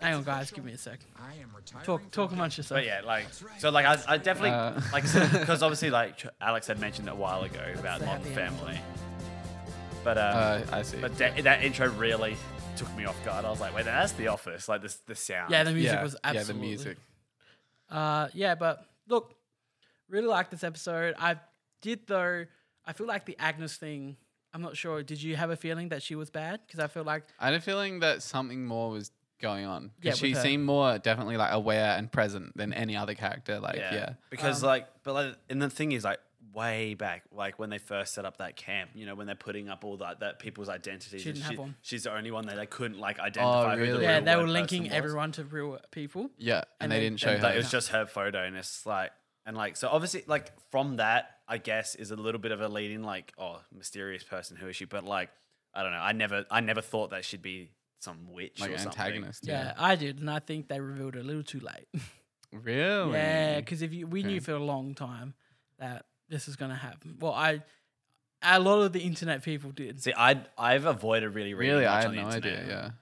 [SPEAKER 1] Hang on, guys, give me a sec.
[SPEAKER 3] I am retiring.
[SPEAKER 1] Talk, talk amongst yourself.
[SPEAKER 2] But yeah, like so, like I, I definitely
[SPEAKER 4] Uh.
[SPEAKER 2] like because obviously like Alex had mentioned a while ago about
[SPEAKER 1] the
[SPEAKER 2] Modern
[SPEAKER 1] happy ending.
[SPEAKER 2] Family, but um,
[SPEAKER 4] Uh, I see.
[SPEAKER 2] but that, that intro really took me off guard. I was like, wait, that's The Office, like this the sound.
[SPEAKER 1] Yeah, the music
[SPEAKER 4] yeah,
[SPEAKER 1] was
[SPEAKER 4] yeah, the
[SPEAKER 1] absolutely.
[SPEAKER 4] music.
[SPEAKER 1] Uh, yeah, but look, really liked this episode. I did though. I feel like the Agnes thing. I'm not sure. Did you have a feeling that she was bad? Because I feel like
[SPEAKER 4] I had a feeling that something more was going on.
[SPEAKER 1] Yeah,
[SPEAKER 4] Yeah,
[SPEAKER 1] with
[SPEAKER 4] she
[SPEAKER 1] her.
[SPEAKER 4] seemed more definitely like aware and present than any other character. Like, yeah.
[SPEAKER 2] because
[SPEAKER 1] Um,
[SPEAKER 2] like, but like, and the thing is, like, way back, like when they first set up that camp, you know, when they're putting up all that that people's identities,
[SPEAKER 1] She
[SPEAKER 2] and
[SPEAKER 1] didn't have one. Oh,
[SPEAKER 2] she's the only one that they couldn't like identify. who the
[SPEAKER 4] really?
[SPEAKER 2] real
[SPEAKER 1] yeah, they
[SPEAKER 2] word
[SPEAKER 1] were linking
[SPEAKER 2] person was.
[SPEAKER 1] everyone to real people.
[SPEAKER 4] Yeah, and,
[SPEAKER 1] And
[SPEAKER 4] they
[SPEAKER 1] then-
[SPEAKER 4] didn't show
[SPEAKER 2] And, like,
[SPEAKER 4] her.
[SPEAKER 2] it was just her photo, and it's like, and like, so obviously, like from that, I guess, is a little bit of a lead in, like, oh, mysterious person, who is she? But like, I don't know. I never, I never thought that she'd be some witch
[SPEAKER 4] like
[SPEAKER 2] or
[SPEAKER 4] an
[SPEAKER 2] something.
[SPEAKER 4] antagonist.
[SPEAKER 1] Yeah.
[SPEAKER 4] Yeah.
[SPEAKER 1] I did, and I think they revealed it a little too late.
[SPEAKER 4] Really?
[SPEAKER 1] Yeah, because if you, we knew for a long time that this was going to happen. Well, I a lot of the internet people did.
[SPEAKER 2] See, I I've avoided really reading
[SPEAKER 4] Really,
[SPEAKER 2] much
[SPEAKER 4] I had
[SPEAKER 2] on the
[SPEAKER 4] no
[SPEAKER 2] internet.
[SPEAKER 4] idea.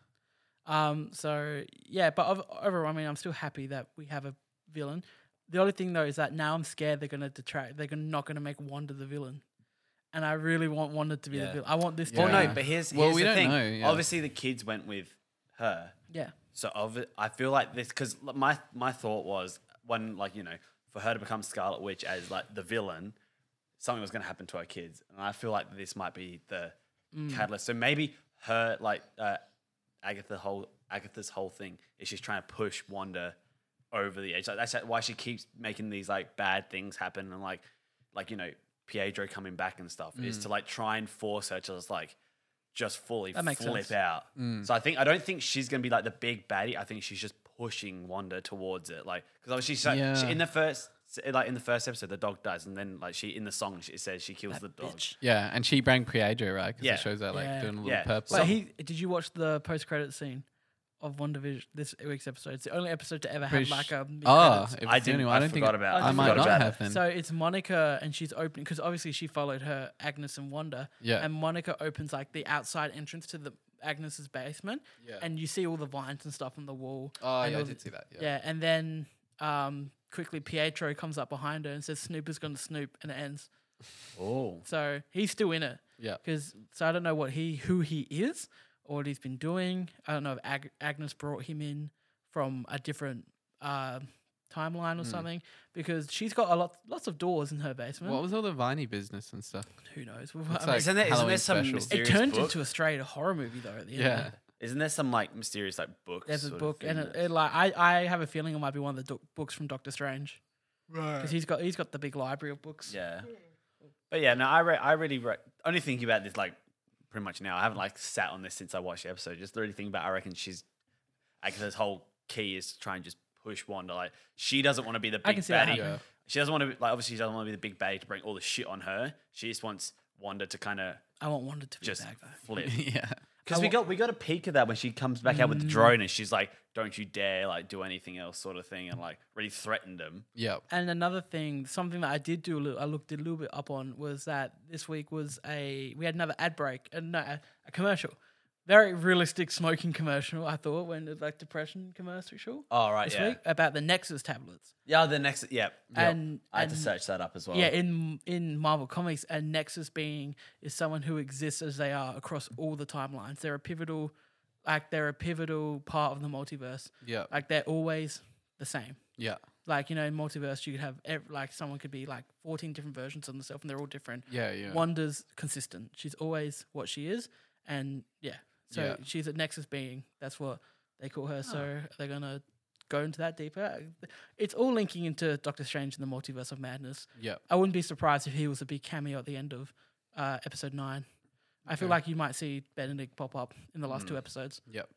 [SPEAKER 4] Yeah.
[SPEAKER 1] Um, so yeah, but ov- overall, I mean, I'm still happy that we have a villain. The only thing though is that now I'm scared they're gonna detract. They're gonna, not gonna make Wanda the villain, and I really want Wanda to be the
[SPEAKER 2] Yeah.
[SPEAKER 1] villain. I want this.
[SPEAKER 2] Well,
[SPEAKER 1] to
[SPEAKER 4] Yeah.
[SPEAKER 2] no, but here's, here's
[SPEAKER 4] Well, we
[SPEAKER 2] the
[SPEAKER 4] don't
[SPEAKER 2] thing.
[SPEAKER 4] know, yeah.
[SPEAKER 2] Obviously, the kids went with her,
[SPEAKER 1] yeah,
[SPEAKER 2] so of, I feel like this because my my thought was when like you know for her to become Scarlet Witch as like the villain, something was going to happen to her kids, and I feel like this might be the
[SPEAKER 1] Mm.
[SPEAKER 2] catalyst. So maybe her like uh, Agatha whole Agatha's whole thing is she's trying to push Wanda over the edge. Like that's why she keeps making these like bad things happen and like like you know Pietro coming back and stuff
[SPEAKER 1] Mm.
[SPEAKER 2] is to like try and force her to just like just fully
[SPEAKER 1] That makes
[SPEAKER 2] flip
[SPEAKER 1] sense.
[SPEAKER 2] out. So I think I don't think she's gonna be like the big baddie. I think she's just pushing Wanda towards it. Like because obviously she's like she,
[SPEAKER 4] Yeah.
[SPEAKER 2] in the first like in the first episode the dog dies and then like she in the song she it says she kills the dog.
[SPEAKER 1] bitch.
[SPEAKER 4] Yeah, and she bang Pietro, right? Because
[SPEAKER 2] Yeah.
[SPEAKER 4] it shows her like
[SPEAKER 1] Yeah.
[SPEAKER 4] doing a little
[SPEAKER 2] Yeah.
[SPEAKER 4] purple.
[SPEAKER 1] But he did you watch the post credit scene of Wanda Vision this week's episode? It's the only episode to ever have
[SPEAKER 4] Pretty
[SPEAKER 1] like
[SPEAKER 4] sh-
[SPEAKER 1] a
[SPEAKER 4] oh,
[SPEAKER 1] mid-credits.
[SPEAKER 4] if
[SPEAKER 2] I
[SPEAKER 4] it's the only
[SPEAKER 2] didn't-
[SPEAKER 4] one,
[SPEAKER 2] I
[SPEAKER 4] I don't think
[SPEAKER 2] forgot about-
[SPEAKER 1] I
[SPEAKER 4] I might
[SPEAKER 2] forgot
[SPEAKER 4] not
[SPEAKER 2] about
[SPEAKER 4] have
[SPEAKER 2] it.
[SPEAKER 4] then.
[SPEAKER 1] So it's Monica and she's opening because obviously she followed her Agnes and Wanda.
[SPEAKER 4] Yeah.
[SPEAKER 1] And Monica opens like the outside entrance to the Agnes's basement.
[SPEAKER 4] Yeah.
[SPEAKER 1] And you see all the vines and stuff on the wall.
[SPEAKER 4] oh
[SPEAKER 1] and
[SPEAKER 4] yeah, I
[SPEAKER 1] all
[SPEAKER 4] did
[SPEAKER 1] the-
[SPEAKER 4] see that. Yeah.
[SPEAKER 1] Yeah. And then um, quickly Pietro comes up behind her and says Snoop is going to snoop, and it ends.
[SPEAKER 2] Oh.
[SPEAKER 1] So he's still in it.
[SPEAKER 4] Yeah.
[SPEAKER 1] Because so I don't know what he who he is or what he's been doing. I don't know if Ag- Agnes brought him in from a different uh, timeline or something because she's got a lot lots of doors in her basement.
[SPEAKER 4] What was all the viney business and stuff?
[SPEAKER 1] who knows?
[SPEAKER 4] It's
[SPEAKER 1] I mean,
[SPEAKER 4] like
[SPEAKER 2] isn't there- isn't there
[SPEAKER 4] Halloween
[SPEAKER 2] some
[SPEAKER 4] special.
[SPEAKER 2] mystery-
[SPEAKER 1] it
[SPEAKER 2] serious
[SPEAKER 1] turned
[SPEAKER 2] book?
[SPEAKER 1] into a straight horror movie though. At the end.
[SPEAKER 4] Yeah.
[SPEAKER 2] Isn't there some like mysterious like books?
[SPEAKER 1] There's a
[SPEAKER 2] sort of
[SPEAKER 1] book,
[SPEAKER 2] thing
[SPEAKER 1] and it,
[SPEAKER 2] that-
[SPEAKER 1] it like I, I have a feeling it might be one of the doc- books from Doctor Strange
[SPEAKER 4] Right.
[SPEAKER 1] because he's got he's got the big library of books.
[SPEAKER 2] yeah. But yeah, no, I re- I really re- only think about this like pretty much now. I haven't like sat on this since I watched the episode. Just really think about. I reckon she's Agatha's whole key is to try and just push Wanda. Like she doesn't want to be the
[SPEAKER 1] I
[SPEAKER 2] big
[SPEAKER 1] can see that
[SPEAKER 2] baddie.
[SPEAKER 1] happening.
[SPEAKER 4] Yeah.
[SPEAKER 2] She doesn't want to be like obviously she doesn't want to be the big baddie to bring all the shit on her. She just wants Wanda to kind of
[SPEAKER 1] I want Wanda to be
[SPEAKER 2] just
[SPEAKER 1] back though.
[SPEAKER 2] flip.
[SPEAKER 4] yeah.
[SPEAKER 2] Because we got we got a peek of that when she comes back out with
[SPEAKER 1] Mm.
[SPEAKER 2] the drone and she's like, "Don't you dare like do anything else," sort of thing, and like really threatened him.
[SPEAKER 4] Yeah.
[SPEAKER 1] And another thing, something that I did do a little, I looked a little bit up on was that this week was a we had another ad break and no, a, a commercial, very realistic smoking commercial. I thought when it like depression commercial
[SPEAKER 2] All right,
[SPEAKER 1] this
[SPEAKER 2] Oh, yeah,
[SPEAKER 1] week about the Nexus tablets.
[SPEAKER 2] yeah. The next, yeah,
[SPEAKER 1] And-
[SPEAKER 2] I had to
[SPEAKER 1] and-
[SPEAKER 2] search that up as well.
[SPEAKER 1] Yeah, in in Marvel Comics, a Nexus being is someone who exists as they are across all the timelines. They're a pivotal, like they're a pivotal part of the multiverse.
[SPEAKER 4] Yeah.
[SPEAKER 1] Like they're always the same.
[SPEAKER 4] Yeah.
[SPEAKER 1] Like you know, in multiverse, you could have ev- like someone could be like fourteen different versions of themselves, and they're all different.
[SPEAKER 3] Yeah, yeah.
[SPEAKER 1] Wanda's consistent. She's always what she is, and yeah. So
[SPEAKER 3] Yeah.
[SPEAKER 1] she's a Nexus being. That's what they call her. So they're gonna go into that deeper. It's all linking into Doctor Strange and the Multiverse of Madness.
[SPEAKER 3] yeah.
[SPEAKER 1] I wouldn't be surprised if he was a big cameo at the end of uh, episode nine. I feel
[SPEAKER 3] Okay. Mm.
[SPEAKER 1] like you might see Benedict pop up in the last two episodes.
[SPEAKER 3] Yep.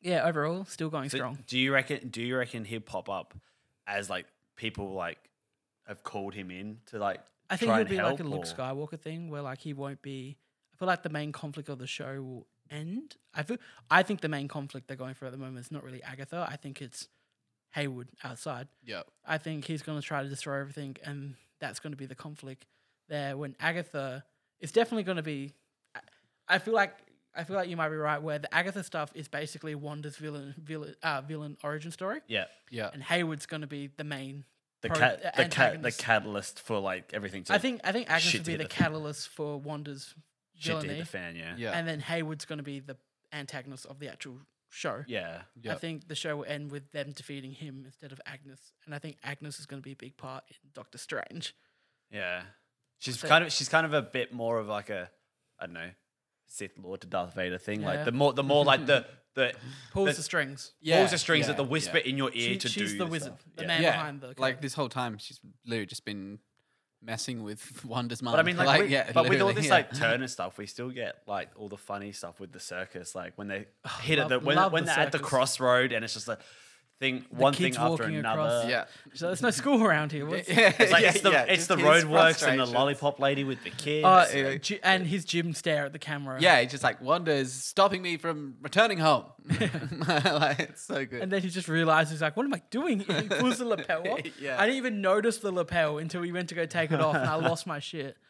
[SPEAKER 1] Yeah, overall, still going
[SPEAKER 2] So
[SPEAKER 1] strong.
[SPEAKER 2] Do you reckon? Do you reckon he'll pop up as like people like have called him in to like?
[SPEAKER 1] I think
[SPEAKER 2] try
[SPEAKER 1] it'll
[SPEAKER 2] and
[SPEAKER 1] be
[SPEAKER 2] help,
[SPEAKER 1] like a Luke
[SPEAKER 2] or-
[SPEAKER 1] Skywalker thing where like he won't be. I feel like the main conflict of the show will end. I feel. I think the main conflict they're going for at the moment is not really Agatha. I think it's Haywood outside.
[SPEAKER 3] Yep.
[SPEAKER 1] I think he's going to try to destroy everything, and that's going to be the conflict there. When Agatha, it's definitely going to be. I- I feel like I feel like you might be right. Where the Agatha stuff is basically Wanda's villain villain uh, villain origin story,
[SPEAKER 2] Yeah,
[SPEAKER 3] Yeah.
[SPEAKER 1] and Hayward's going to be the main.
[SPEAKER 2] the
[SPEAKER 1] pro-
[SPEAKER 2] cat,
[SPEAKER 1] uh,
[SPEAKER 2] the cat, the
[SPEAKER 1] antagonist.
[SPEAKER 2] catalyst for like everything. To
[SPEAKER 1] I think I think Agnes
[SPEAKER 2] shit
[SPEAKER 1] would
[SPEAKER 2] to
[SPEAKER 1] be
[SPEAKER 2] hit
[SPEAKER 1] the
[SPEAKER 2] the fan.
[SPEAKER 1] catalyst for Wanda's
[SPEAKER 2] shit to hit
[SPEAKER 1] villainy,
[SPEAKER 2] the fan. Yeah,
[SPEAKER 3] Yeah.
[SPEAKER 1] and then Hayward's going to be the antagonist of the actual show.
[SPEAKER 2] yeah.
[SPEAKER 1] I think the show will end with them defeating him instead of Agnes, and I think Agnes is going to be a big part in Doctor Strange.
[SPEAKER 2] Yeah. She's
[SPEAKER 1] So-
[SPEAKER 2] kind of she's kind of a bit more of like a I don't know Sith Lord to Darth Vader thing.
[SPEAKER 1] Yeah.
[SPEAKER 2] Like the more the more like the the
[SPEAKER 1] pulls
[SPEAKER 2] the,
[SPEAKER 1] the, strings.
[SPEAKER 3] yeah.
[SPEAKER 2] pulls the strings
[SPEAKER 3] yeah,
[SPEAKER 2] at the whisper
[SPEAKER 3] yeah.
[SPEAKER 2] in your ear
[SPEAKER 1] She-
[SPEAKER 2] to do
[SPEAKER 1] she's the
[SPEAKER 2] your
[SPEAKER 1] wizard,
[SPEAKER 2] stuff.
[SPEAKER 1] the
[SPEAKER 2] yeah.
[SPEAKER 1] man
[SPEAKER 3] Yeah,
[SPEAKER 1] behind the
[SPEAKER 3] like
[SPEAKER 1] curtain.
[SPEAKER 3] this whole time, she's literally just been messing with Wanda's mind.
[SPEAKER 2] But I mean, like, we-
[SPEAKER 3] yeah,
[SPEAKER 2] but with all
[SPEAKER 3] literally,
[SPEAKER 2] this
[SPEAKER 3] yeah.
[SPEAKER 2] like Turner stuff, we still get like all the funny stuff with the circus, like when they hit
[SPEAKER 1] love-
[SPEAKER 2] at the when,
[SPEAKER 1] love
[SPEAKER 2] when
[SPEAKER 1] the
[SPEAKER 2] they're at the
[SPEAKER 1] circus.
[SPEAKER 2] crossroad and it's just like thing one thing
[SPEAKER 1] kids
[SPEAKER 2] after
[SPEAKER 1] walking
[SPEAKER 2] another.
[SPEAKER 1] across.
[SPEAKER 3] yeah,
[SPEAKER 1] So there's no school around here. What's
[SPEAKER 2] It's like it's the
[SPEAKER 3] yeah,
[SPEAKER 2] it's
[SPEAKER 3] just
[SPEAKER 2] the
[SPEAKER 3] his
[SPEAKER 2] roadworks and the
[SPEAKER 3] frustrations. Oh,
[SPEAKER 2] lollipop lady with the kids.
[SPEAKER 1] Uh,
[SPEAKER 2] and-
[SPEAKER 1] uh, G- and his gym stare at the camera.
[SPEAKER 3] Yeah, it's just like Wanda is stopping me from returning home. like, it's so good.
[SPEAKER 1] And then he just realizes, like, what am I doing? here?" He pulls the lapel off.
[SPEAKER 3] Yeah.
[SPEAKER 1] I didn't even notice the lapel until we went to go take it off, and I lost my shit.
[SPEAKER 3] yeah.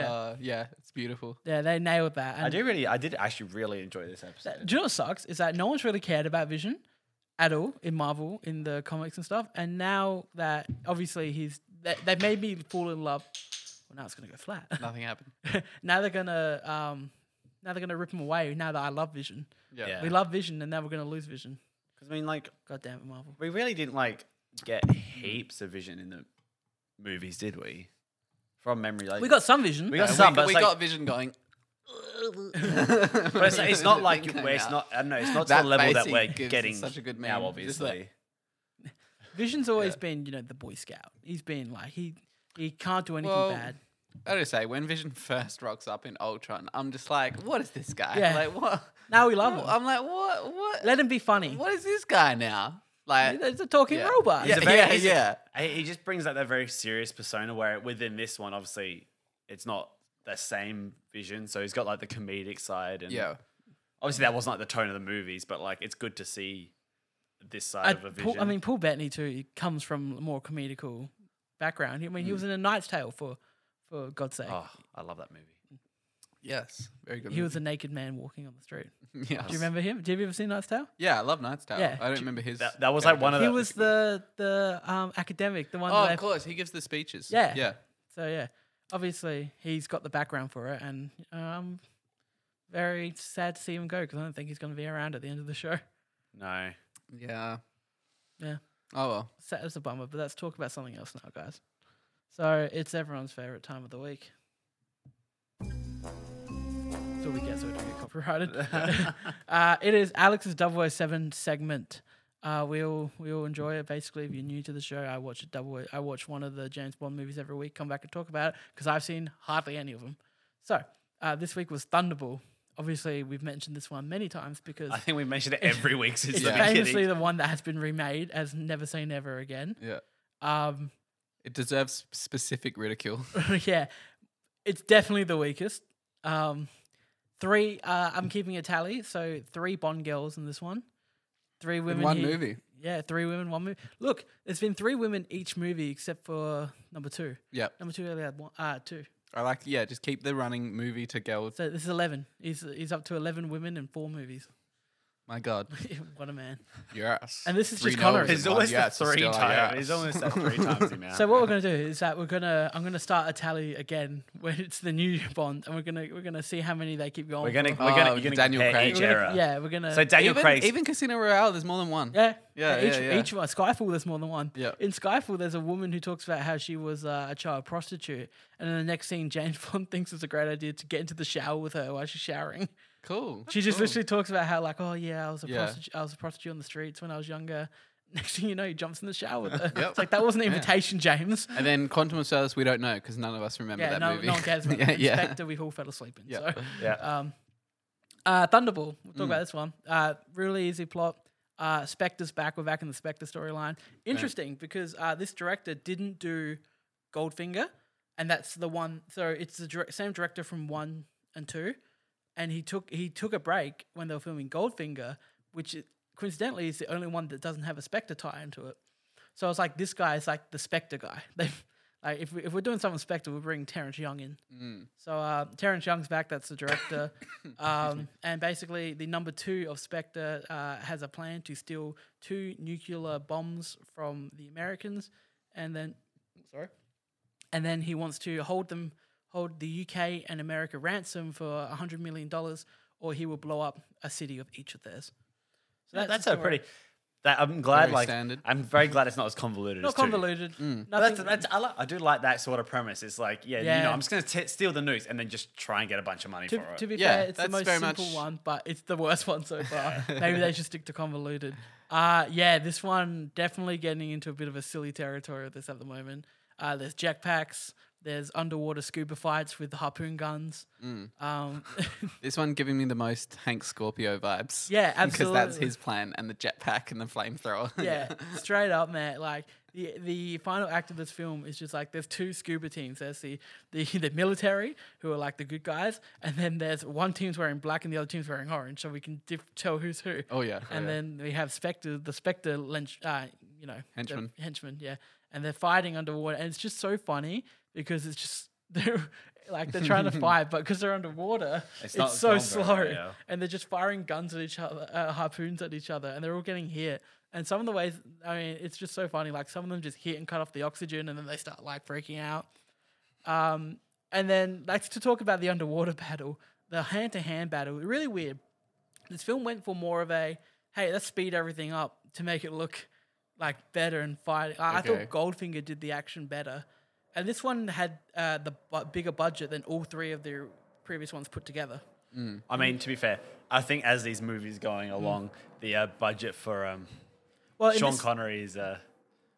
[SPEAKER 1] Yeah,
[SPEAKER 3] Uh, yeah, it's beautiful.
[SPEAKER 1] yeah they nailed that.
[SPEAKER 2] I
[SPEAKER 1] and
[SPEAKER 2] do really I did actually really enjoy this episode.
[SPEAKER 1] Do you know what sucks? Is that no one's really cared about Vision at all in Marvel, in the comics and stuff. And now that obviously he's, they, they made me fall in love. Well, now it's going to go flat.
[SPEAKER 3] Nothing happened.
[SPEAKER 1] now they're gonna um, now they're gonna rip him away. Now that I love Vision,
[SPEAKER 3] Yeah.
[SPEAKER 2] Yeah.
[SPEAKER 1] we love Vision, and now we're gonna lose Vision.
[SPEAKER 2] Because I mean like
[SPEAKER 1] God damn it, Marvel!
[SPEAKER 2] We really didn't like get heaps of vision in the movies, did we? From memory, like
[SPEAKER 1] We got some Vision.
[SPEAKER 2] we got
[SPEAKER 3] We-
[SPEAKER 2] some,
[SPEAKER 3] we,
[SPEAKER 2] but, it's like-
[SPEAKER 3] got Vision going.
[SPEAKER 2] but it's, it's not like
[SPEAKER 3] Coming
[SPEAKER 2] where it's
[SPEAKER 3] out.
[SPEAKER 2] not. I don't know. It's not to
[SPEAKER 3] That
[SPEAKER 2] the level that
[SPEAKER 3] facing
[SPEAKER 2] we're
[SPEAKER 3] gives us
[SPEAKER 2] getting
[SPEAKER 3] such a good meme,
[SPEAKER 2] now,
[SPEAKER 3] just like-
[SPEAKER 2] obviously.
[SPEAKER 1] Vision's always been, you know, the Boy Scout. He's been like he he can't do anything
[SPEAKER 3] Well,
[SPEAKER 1] bad.
[SPEAKER 3] I gotta say, when Vision first rocks up in Ultron, I'm just like, what is this guy?
[SPEAKER 1] Yeah.
[SPEAKER 3] Like what?
[SPEAKER 1] Now we love him.
[SPEAKER 3] I'm like, what? What?
[SPEAKER 1] Let him be funny.
[SPEAKER 3] what is this guy now? Like,
[SPEAKER 1] It's a talking
[SPEAKER 3] Yeah.
[SPEAKER 1] robot.
[SPEAKER 3] He's a
[SPEAKER 1] Yeah.
[SPEAKER 3] very-
[SPEAKER 2] he's-
[SPEAKER 3] yeah.
[SPEAKER 2] I- He just brings out that very serious persona. Where within this one, obviously, it's not the same vision. So he's got like the comedic side, and
[SPEAKER 3] yeah,
[SPEAKER 2] obviously that wasn't like the tone of the movies, but like it's good to see this side
[SPEAKER 1] I,
[SPEAKER 2] of a
[SPEAKER 1] Paul-
[SPEAKER 2] vision.
[SPEAKER 1] I mean, Paul Bettany too he comes from a more comedical background. I mean, he was in A Knight's Tale for, for God's sake.
[SPEAKER 2] Mm. oh, I love that movie.
[SPEAKER 3] yes, very good.
[SPEAKER 1] He was a
[SPEAKER 3] movie.
[SPEAKER 1] naked man walking on the street.
[SPEAKER 3] yes.
[SPEAKER 1] Do you remember him? Did you ever see Knight's Tale?
[SPEAKER 3] Yeah, I love Knight's Tale.
[SPEAKER 1] Yeah.
[SPEAKER 3] I don't remember his.
[SPEAKER 2] That, that was like one of
[SPEAKER 1] He
[SPEAKER 2] the
[SPEAKER 1] was the the um, academic, the one.
[SPEAKER 3] Oh,
[SPEAKER 1] that
[SPEAKER 3] of
[SPEAKER 1] they-
[SPEAKER 3] course, he gives the speeches.
[SPEAKER 1] Yeah.
[SPEAKER 3] yeah.
[SPEAKER 1] So yeah, obviously he's got the background for it, and uh, I'm very sad to see him go because I don't think he's going to be around at the end of the show.
[SPEAKER 2] no.
[SPEAKER 3] Yeah.
[SPEAKER 1] Yeah.
[SPEAKER 3] Oh well.
[SPEAKER 1] So that's a bummer, but let's talk about something else now, guys. So it's everyone's favorite time of the week. So we get so we don't get copyrighted. uh, it is Alex's 007 segment. Uh, we all we all enjoy it. Basically, if you're new to the show, I watch a double. I watch one of the James Bond movies every week. Come back and talk about it because I've seen hardly any of them. So uh, this week was Thunderball. Obviously, we've mentioned this one many times because
[SPEAKER 2] I think we mentioned it every week since
[SPEAKER 1] it's
[SPEAKER 2] the
[SPEAKER 1] famously
[SPEAKER 2] beginning.
[SPEAKER 1] the one that has been remade as Never Say Never Again.
[SPEAKER 3] Yeah.
[SPEAKER 1] Um,
[SPEAKER 3] It deserves specific ridicule.
[SPEAKER 1] yeah, it's definitely the weakest. Um, three, uh, I'm keeping a tally. So three Bond girls in this one, three women.
[SPEAKER 3] one
[SPEAKER 1] here-
[SPEAKER 3] movie.
[SPEAKER 1] Yeah, three women, one movie. Look, there's been three women each movie except for number two.
[SPEAKER 3] Yeah.
[SPEAKER 1] Number two only had one, uh, two.
[SPEAKER 3] I like. Yeah. Just keep the running movie to girls.
[SPEAKER 1] So this is eleven. He's he's up to eleven women in four movies.
[SPEAKER 4] My God.
[SPEAKER 1] what a man.
[SPEAKER 3] Yes.
[SPEAKER 1] And this is
[SPEAKER 3] Three
[SPEAKER 1] just Connery.
[SPEAKER 3] no's
[SPEAKER 1] There's
[SPEAKER 2] He's
[SPEAKER 3] and one
[SPEAKER 2] always the
[SPEAKER 3] yes is
[SPEAKER 2] three
[SPEAKER 3] still a
[SPEAKER 2] times.
[SPEAKER 3] yes.
[SPEAKER 2] He's always that three times the amount.
[SPEAKER 1] So what we're gonna do is that we're gonna I'm gonna start a tally again when it's the new Bond, and we're gonna we're gonna see how many they keep going.
[SPEAKER 2] we're gonna
[SPEAKER 1] for.
[SPEAKER 2] we're gonna,
[SPEAKER 3] Oh,
[SPEAKER 2] you're gonna
[SPEAKER 3] Daniel
[SPEAKER 2] compare
[SPEAKER 3] Craig.
[SPEAKER 2] each
[SPEAKER 1] We're gonna-
[SPEAKER 2] era.
[SPEAKER 1] yeah, we're gonna
[SPEAKER 2] So Daniel
[SPEAKER 4] even,
[SPEAKER 2] Craig's
[SPEAKER 4] even Casino Royale, there's more than one.
[SPEAKER 1] yeah.
[SPEAKER 4] Yeah,
[SPEAKER 1] each,
[SPEAKER 4] yeah, yeah.
[SPEAKER 1] each one. Skyfall, there's more than one.
[SPEAKER 4] Yeah.
[SPEAKER 1] In Skyfall, there's a woman who talks about how she was uh, a child prostitute, and in the next scene, James Bond thinks it's a great idea to get into the shower with her while she's showering.
[SPEAKER 4] Cool.
[SPEAKER 1] She just literally talks about how like, oh yeah, I was a
[SPEAKER 4] Oh. Yeah.
[SPEAKER 1] prostitute. I was a prostitute on the streets when I was younger. Next thing you know, he jumps in the shower with her. It's like that wasn't an invitation, James.
[SPEAKER 4] And then Quantum of Solace, we don't know because none of us remember
[SPEAKER 1] Yeah,
[SPEAKER 4] that
[SPEAKER 1] no,
[SPEAKER 4] movie.
[SPEAKER 1] no one cares about
[SPEAKER 4] yeah,
[SPEAKER 1] it.
[SPEAKER 4] yeah.
[SPEAKER 1] Inspector, we all fell asleep in.
[SPEAKER 4] Yeah.
[SPEAKER 1] So,
[SPEAKER 2] Yeah.
[SPEAKER 1] Um, uh, Thunderball. We'll talk about this one. Uh, really easy plot. Uh, Spectre's back. We're back in the Spectre storyline. Interesting because uh, this director didn't do Goldfinger, and that's the one. So it's the direct, same director from one and two, and he took he took a break when they were filming Goldfinger, which i- coincidentally is the only one that doesn't have a Spectre tie into it. So I was like, this guy is like the Spectre guy. They've like if we, if we're doing something Spectre, we'll bring Terrence Young in.
[SPEAKER 2] Mm.
[SPEAKER 1] So uh, Terrence Young's back. That's the director, um, and basically the number two of Spectre uh, has a plan to steal two nuclear bombs from the Americans, and then sorry, and then he wants to hold them, hold the UK and America ransom for hundred million dollars, or he will blow up a city of each of theirs. So
[SPEAKER 2] That- that's
[SPEAKER 1] the
[SPEAKER 2] a
[SPEAKER 1] story.
[SPEAKER 2] pretty. That I'm glad.
[SPEAKER 4] Very
[SPEAKER 2] like
[SPEAKER 4] standard.
[SPEAKER 2] I'm very glad it's not as convoluted. as
[SPEAKER 1] not
[SPEAKER 2] two.
[SPEAKER 1] convoluted.
[SPEAKER 2] But
[SPEAKER 1] Nothing,
[SPEAKER 2] Mm. that's, that's I, li- I do like that sort of premise. It's like yeah, you know,
[SPEAKER 1] Yeah.
[SPEAKER 2] I'm just gonna t- steal the nukes and then just try and get a bunch of money
[SPEAKER 1] To,
[SPEAKER 2] for it.
[SPEAKER 1] to be
[SPEAKER 4] Yeah,
[SPEAKER 1] fair, it's the
[SPEAKER 4] that's
[SPEAKER 1] most
[SPEAKER 4] very
[SPEAKER 1] simple
[SPEAKER 4] much-
[SPEAKER 1] one, but it's the worst one so far. Maybe they should stick to convoluted. Uh, yeah, this one definitely getting into a bit of a silly territory with this at the moment. Uh, there's jetpacks, there's underwater scuba fights with harpoon guns.
[SPEAKER 4] Mm.
[SPEAKER 1] Um,
[SPEAKER 4] This one giving me the most Hank Scorpio vibes.
[SPEAKER 1] yeah,
[SPEAKER 4] Because
[SPEAKER 1] absolutely.
[SPEAKER 4] that's his plan and the jetpack and the flamethrower.
[SPEAKER 1] yeah, straight up, man. Like the the final act of this film is just like there's two scuba teams. There's the, the the military who are like the good guys, and then there's one team's wearing black and the other team's wearing orange, so we can diff- tell who's who.
[SPEAKER 4] Oh, yeah.
[SPEAKER 1] And then we have Spectre, the Spectre, lynch, uh, you know, the
[SPEAKER 4] Henchman.
[SPEAKER 1] henchman, yeah, and they're fighting underwater, and it's just so funny because it's just they're. Like they're trying to fight, but because they're underwater, it's,
[SPEAKER 2] not
[SPEAKER 1] so
[SPEAKER 2] going
[SPEAKER 1] slow
[SPEAKER 2] very well.
[SPEAKER 1] and they're just firing guns at each other, uh, harpoons at each other, and they're all getting hit. And some of the ways, I mean, it's just so funny. Like some of them just hit and cut off the oxygen, and then they start like freaking out. Um, and then like to talk about the underwater battle, the hand-to-hand battle, really weird. This film went for more of a, hey, let's speed everything up to make it look like better and fight. I, I
[SPEAKER 4] Okay.
[SPEAKER 1] thought Goldfinger did the action better, and this one had uh, the bu- bigger budget than all three of the previous ones put together.
[SPEAKER 2] I mean, to be fair, I think as these movies going along, the uh, budget for um,
[SPEAKER 1] Well, Mm. in
[SPEAKER 2] Sean
[SPEAKER 1] this-
[SPEAKER 2] Connery is uh,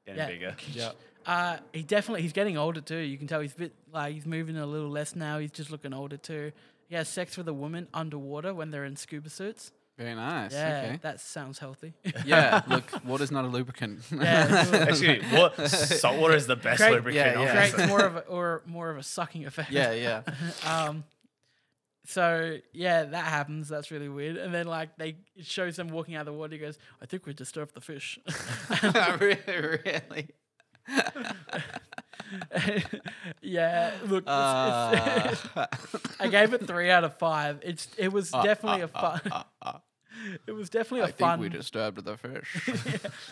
[SPEAKER 2] getting bigger.
[SPEAKER 1] Yeah. Uh, he definitely he's getting older too. You can tell he's a bit like he's moving a little less now. He's just looking older too. He has sex with a woman underwater when they're in scuba suits.
[SPEAKER 4] Very nice.
[SPEAKER 1] Yeah,
[SPEAKER 4] Okay.
[SPEAKER 1] that sounds healthy.
[SPEAKER 4] yeah. Look, water's not a lubricant.
[SPEAKER 1] yeah, it
[SPEAKER 2] Actually, what salt water is the best
[SPEAKER 1] Great-
[SPEAKER 2] lubricant.
[SPEAKER 4] yeah, yeah.
[SPEAKER 2] honestly.
[SPEAKER 1] creates more of a, or more of a sucking effect.
[SPEAKER 4] yeah. Yeah.
[SPEAKER 1] Um, so yeah, that happens. That's really weird. And then like they it shows them walking out of the water. He goes, "I think we disturbed the fish."
[SPEAKER 4] really, really.
[SPEAKER 1] yeah, look, it's,
[SPEAKER 4] Uh,
[SPEAKER 1] it's, I gave it three out of five. It's it was
[SPEAKER 4] Ah,
[SPEAKER 1] definitely
[SPEAKER 4] uh,
[SPEAKER 1] a fun. it was definitely a
[SPEAKER 4] I think
[SPEAKER 1] fun.
[SPEAKER 4] we disturbed the fish.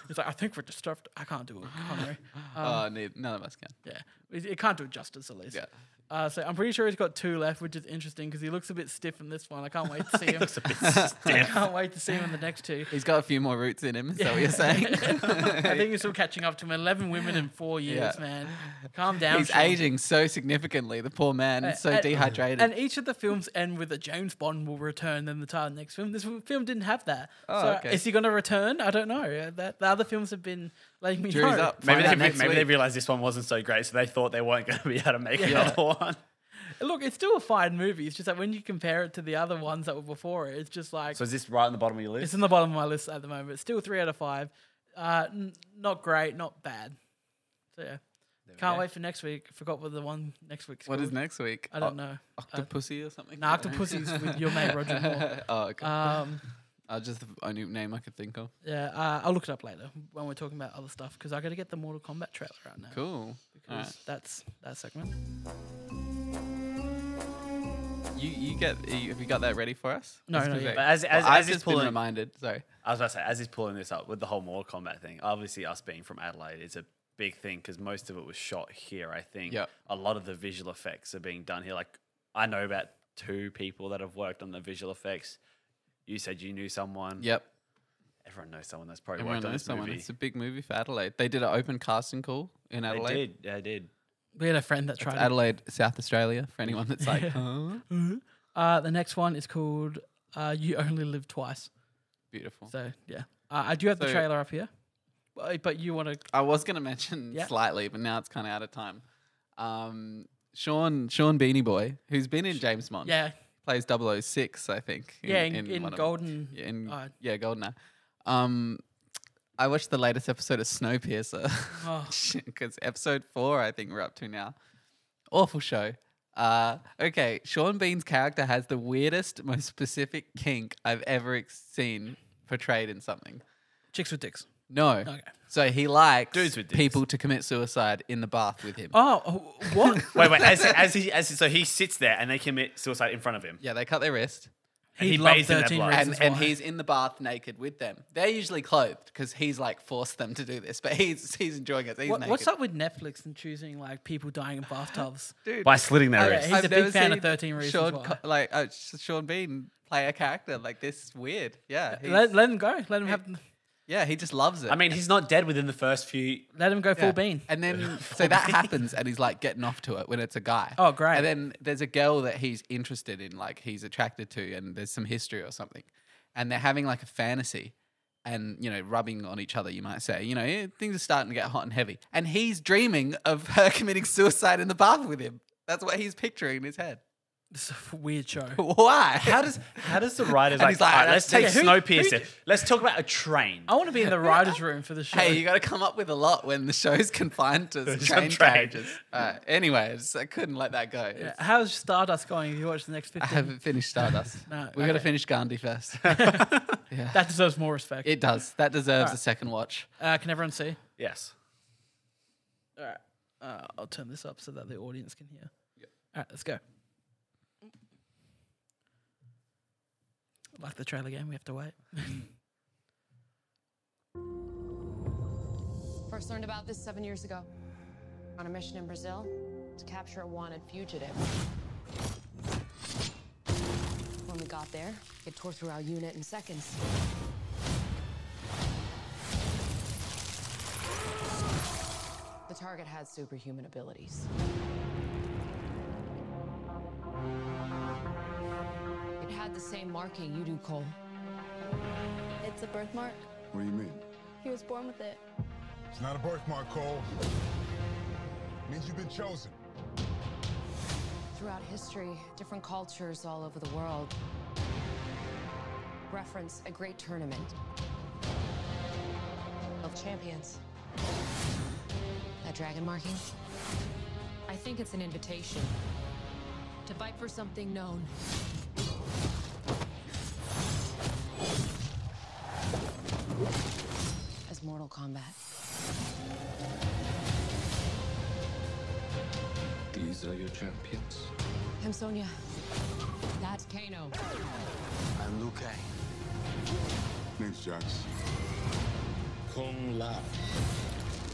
[SPEAKER 1] it's like I think we're disturbed. I can't do it, Connery.
[SPEAKER 4] oh,
[SPEAKER 1] Um,
[SPEAKER 4] neith- none of us can.
[SPEAKER 1] Yeah, it, it can't do it justice at least.
[SPEAKER 4] Yeah.
[SPEAKER 1] Uh, so I'm pretty sure he's got two left, which is interesting because he looks a bit stiff in this one. I can't wait to see him.
[SPEAKER 2] Looks a bit stiff.
[SPEAKER 1] I can't wait to see him in the next two.
[SPEAKER 4] He's got a few more roots in him. Is that what you're saying?
[SPEAKER 1] I think he's still catching up to him. Eleven women in four years,
[SPEAKER 4] Yeah.
[SPEAKER 1] man. Calm down.
[SPEAKER 4] He's
[SPEAKER 1] Sean.
[SPEAKER 4] aging so significantly. The poor man is so
[SPEAKER 1] and-
[SPEAKER 4] dehydrated.
[SPEAKER 1] And each of the films end with a James Bond will return in the title of the next film. This film didn't have that.
[SPEAKER 4] Oh,
[SPEAKER 1] so
[SPEAKER 4] okay.
[SPEAKER 1] is he going to return? I don't know. Uh, That the other films have been letting me
[SPEAKER 4] Jury's
[SPEAKER 1] know.
[SPEAKER 4] up.
[SPEAKER 2] Maybe
[SPEAKER 4] Find
[SPEAKER 2] they,
[SPEAKER 4] out next
[SPEAKER 2] maybe they
[SPEAKER 4] week.
[SPEAKER 2] realized this one wasn't so great, so they thought they weren't going to be able to make
[SPEAKER 1] Yeah.
[SPEAKER 2] another one.
[SPEAKER 1] Look, it's still a fine movie. It's just that when you compare it to the other ones that were before it, it's just like
[SPEAKER 2] So is this right on the bottom of your
[SPEAKER 1] it's
[SPEAKER 2] list?
[SPEAKER 1] in the bottom of my list at the moment. It's still three out of five. Uh, n- not great, not bad. So yeah, can't
[SPEAKER 2] go.
[SPEAKER 1] wait for next week. Forgot what the one next week's.
[SPEAKER 4] what
[SPEAKER 1] called.
[SPEAKER 4] is next Oh. week?
[SPEAKER 1] I don't know.
[SPEAKER 4] Octopussy or something?
[SPEAKER 1] Nah, Octopussy's with your mate Roger Moore.
[SPEAKER 4] oh, okay.
[SPEAKER 1] Um,
[SPEAKER 4] I was just the only name I could think of.
[SPEAKER 1] Yeah, uh, I'll look it up later when we're talking about other stuff because I got to get the Mortal Kombat trailer out now.
[SPEAKER 4] Cool.
[SPEAKER 1] 'cause That's that segment.
[SPEAKER 3] you you get you, have you got that ready for us?
[SPEAKER 1] No,
[SPEAKER 3] That's
[SPEAKER 1] no, yeah.
[SPEAKER 3] perfect.
[SPEAKER 2] But as- as-
[SPEAKER 3] I've
[SPEAKER 2] as he's
[SPEAKER 3] just been
[SPEAKER 2] pulling-
[SPEAKER 3] reminded. Sorry.
[SPEAKER 2] I was about to say, as he's pulling this up with the whole Mortal Kombat thing, obviously us being from Adelaide, it's a big thing because most of it was shot here. I think
[SPEAKER 3] Yep.
[SPEAKER 2] a lot of the visual effects are being done here. Like I know about two people that have worked on the visual effects. You said you knew someone.
[SPEAKER 3] Yep.
[SPEAKER 2] Everyone knows someone that's probably
[SPEAKER 3] Everyone
[SPEAKER 2] worked on
[SPEAKER 3] knows
[SPEAKER 2] this
[SPEAKER 3] someone.
[SPEAKER 2] movie.
[SPEAKER 3] It's a big movie for Adelaide. They did an open casting call in
[SPEAKER 2] I
[SPEAKER 3] Adelaide.
[SPEAKER 2] did. I did.
[SPEAKER 1] We had a friend that tried. it.
[SPEAKER 3] Adelaide, South Australia. For anyone that's like, huh?
[SPEAKER 1] Uh, the next one is called uh, "You Only Live Twice."
[SPEAKER 3] beautiful.
[SPEAKER 1] So yeah, uh, I do have the
[SPEAKER 3] So-
[SPEAKER 1] trailer up here, but, but you want to?
[SPEAKER 3] I was going to mention
[SPEAKER 1] Yeah.
[SPEAKER 3] slightly, but now it's kind of out of time. Um, Sean Sean Beanie Boy, who's been in James Bond,
[SPEAKER 1] Yeah,
[SPEAKER 3] plays 006, I think.
[SPEAKER 1] yeah, in, in,
[SPEAKER 3] one of them.
[SPEAKER 1] Golden.
[SPEAKER 3] Yeah, in,
[SPEAKER 1] uh,
[SPEAKER 3] yeah, Goldeneye. Um, I watched the latest episode of Snowpiercer
[SPEAKER 1] Oh.
[SPEAKER 3] because episode four, I think we're up to now. Awful show. Uh, okay, Sean Bean's character has the weirdest, most specific kink I've ever ex- seen portrayed in something.
[SPEAKER 1] Chicks with dicks.
[SPEAKER 3] No.
[SPEAKER 1] Okay.
[SPEAKER 3] So he likes
[SPEAKER 2] Dudes with dicks.
[SPEAKER 3] people to commit suicide in the bath with him.
[SPEAKER 1] Oh, oh, what?
[SPEAKER 2] Wait, wait. As, as he, as he, so he sits there and they commit suicide in front of him.
[SPEAKER 3] Yeah, they cut their wrist.
[SPEAKER 2] And
[SPEAKER 1] He
[SPEAKER 2] he
[SPEAKER 1] loved
[SPEAKER 2] bathes in their
[SPEAKER 1] 13
[SPEAKER 2] blood.
[SPEAKER 1] Reasons
[SPEAKER 3] and, and
[SPEAKER 1] Why.
[SPEAKER 3] he's in the bath naked with them. They're usually clothed because he's like forced them to do this, but he's he's enjoying it. so He's
[SPEAKER 1] What-
[SPEAKER 3] naked.
[SPEAKER 1] what's up with Netflix and choosing like people dying in bathtubs?
[SPEAKER 2] By slitting
[SPEAKER 3] Oh,
[SPEAKER 2] their wrists.
[SPEAKER 1] He's a big
[SPEAKER 3] never
[SPEAKER 1] fan of
[SPEAKER 3] seen
[SPEAKER 1] 13 Reasons
[SPEAKER 3] Sean,
[SPEAKER 1] Why.
[SPEAKER 3] Co- like uh, Sh- Sean Bean play a character like this. is Weird, yeah. he's-
[SPEAKER 1] Let, let him go. Let him have.
[SPEAKER 3] yeah, he just loves it.
[SPEAKER 2] I mean, he's not dead within the first few.
[SPEAKER 1] Let him go full
[SPEAKER 3] Yeah.
[SPEAKER 1] bean.
[SPEAKER 3] And then so that happens, and he's like getting off to it when it's a guy.
[SPEAKER 1] Oh, great.
[SPEAKER 3] And then there's a girl that he's interested in, like he's attracted to, and there's some history or something, and they're having like a fantasy, and you know, rubbing on each other, you might say. You know, eh, things are starting to get hot and heavy, and he's dreaming of her committing suicide in the bath with him. That's what he's picturing in his head.
[SPEAKER 1] It's a weird show.
[SPEAKER 3] Why?
[SPEAKER 2] How does how does the writers
[SPEAKER 3] And
[SPEAKER 2] like,
[SPEAKER 3] he's like,
[SPEAKER 2] "All right, let's take
[SPEAKER 3] "That's- yeah, who-
[SPEAKER 2] Snowpiercer. let's talk about a train.
[SPEAKER 1] I want to be in the writers' room for the show.
[SPEAKER 3] Hey, you got to come up with a lot when the show's confined to
[SPEAKER 2] Just
[SPEAKER 3] train
[SPEAKER 2] on train.
[SPEAKER 3] carriages. Uh, anyways, I couldn't let that go.
[SPEAKER 1] Yeah,
[SPEAKER 3] It's-
[SPEAKER 1] How's Stardust going? If you watch the next
[SPEAKER 3] I
[SPEAKER 1] fifteen,
[SPEAKER 3] haven't finished Stardust.
[SPEAKER 1] No,
[SPEAKER 3] We've got to
[SPEAKER 1] okay.
[SPEAKER 3] finish Gandhi first.
[SPEAKER 1] that deserves more respect.
[SPEAKER 3] it does. That deserves a second watch.
[SPEAKER 1] uh, can everyone see?
[SPEAKER 2] yes.
[SPEAKER 1] All right, uh, I'll turn this up so that the audience can hear. All right, let's go. Like the trailer game, we have to wait.
[SPEAKER 6] First learned about this seven years ago. On a mission in Brazil to capture a wanted fugitive. When we got there, it tore through our unit in seconds. The target had superhuman abilities. It had the same marking you do, Cole.
[SPEAKER 7] It's a birthmark.
[SPEAKER 8] What do you mean?
[SPEAKER 7] He was born with it.
[SPEAKER 8] It's not a birthmark, Cole. means you've been chosen.
[SPEAKER 6] Throughout history, different cultures all over the world reference a great tournament of champions. That dragon marking? I think it's an invitation to fight for something known. As Mortal Kombat.
[SPEAKER 9] These are your champions.
[SPEAKER 6] I'm Sonya. That's Kano.
[SPEAKER 9] I'm Liu Kang.
[SPEAKER 8] Name's Jax.
[SPEAKER 9] Kung Lao.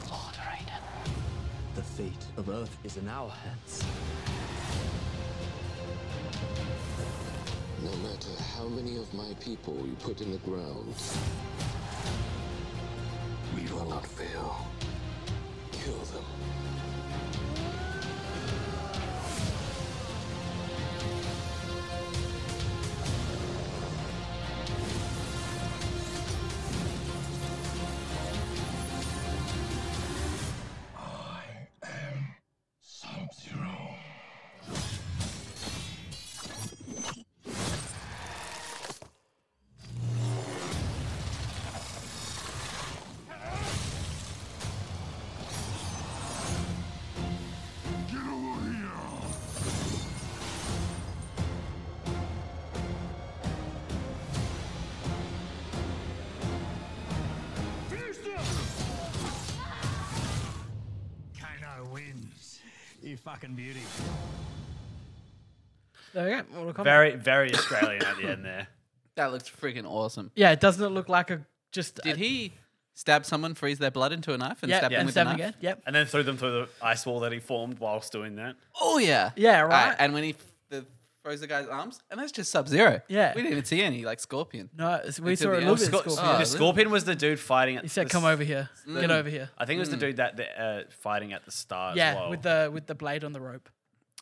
[SPEAKER 9] Lord Raiden. The fate of Earth is in our hands. No matter how many of my people you put in the ground, we will not fail. Kill them. Sub-Zero.
[SPEAKER 8] Get over here!
[SPEAKER 10] Kano wins. You fucking beauty.
[SPEAKER 1] There we go. Mortal Kombat.
[SPEAKER 2] Very, very Australian at the end there.
[SPEAKER 3] That looks freaking awesome.
[SPEAKER 1] yeah, it doesn't look like a just
[SPEAKER 3] Did
[SPEAKER 1] a,
[SPEAKER 3] he stab someone, freeze their blood into a knife, and
[SPEAKER 1] yeah,
[SPEAKER 3] stab
[SPEAKER 1] and
[SPEAKER 3] them with a
[SPEAKER 1] stab
[SPEAKER 3] knife?
[SPEAKER 1] again. Yep.
[SPEAKER 2] And then threw them through the ice wall that he formed whilst doing that.
[SPEAKER 3] Oh yeah,
[SPEAKER 1] Yeah,
[SPEAKER 3] Uh,
[SPEAKER 1] right.
[SPEAKER 3] and when he f- the, froze the guy's arms, and that's just Sub Zero.
[SPEAKER 1] Yeah.
[SPEAKER 3] we didn't even see any like Scorpion.
[SPEAKER 1] No, it's- we
[SPEAKER 3] Into
[SPEAKER 1] saw a
[SPEAKER 3] the
[SPEAKER 1] little
[SPEAKER 3] end.
[SPEAKER 1] bit of
[SPEAKER 3] Scott-
[SPEAKER 1] Scorpion.
[SPEAKER 3] Oh,
[SPEAKER 2] the Scorpion was the dude fighting. At
[SPEAKER 1] He said,
[SPEAKER 2] the
[SPEAKER 1] "Come
[SPEAKER 2] s-
[SPEAKER 1] over here. Get over here."
[SPEAKER 2] I think it was the
[SPEAKER 3] Hmm.
[SPEAKER 2] dude that the, uh, fighting at the start.
[SPEAKER 1] Yeah,
[SPEAKER 2] as well.
[SPEAKER 1] with the with the blade on the rope.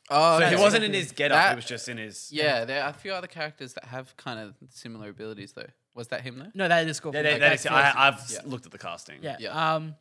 [SPEAKER 3] Oh,
[SPEAKER 2] So he
[SPEAKER 3] that's-
[SPEAKER 2] wasn't in his getup.
[SPEAKER 3] That-
[SPEAKER 2] he was just in his.
[SPEAKER 3] Yeah, there are a few other characters that have kind of similar abilities though. Was that him though?
[SPEAKER 1] No, that is Scorpion.
[SPEAKER 2] Yeah,
[SPEAKER 1] Like,
[SPEAKER 2] that- that
[SPEAKER 1] that's
[SPEAKER 2] is-
[SPEAKER 1] the-
[SPEAKER 2] I, I've
[SPEAKER 3] Yeah.
[SPEAKER 2] looked at the casting.
[SPEAKER 1] yeah.
[SPEAKER 3] yeah.
[SPEAKER 1] Um,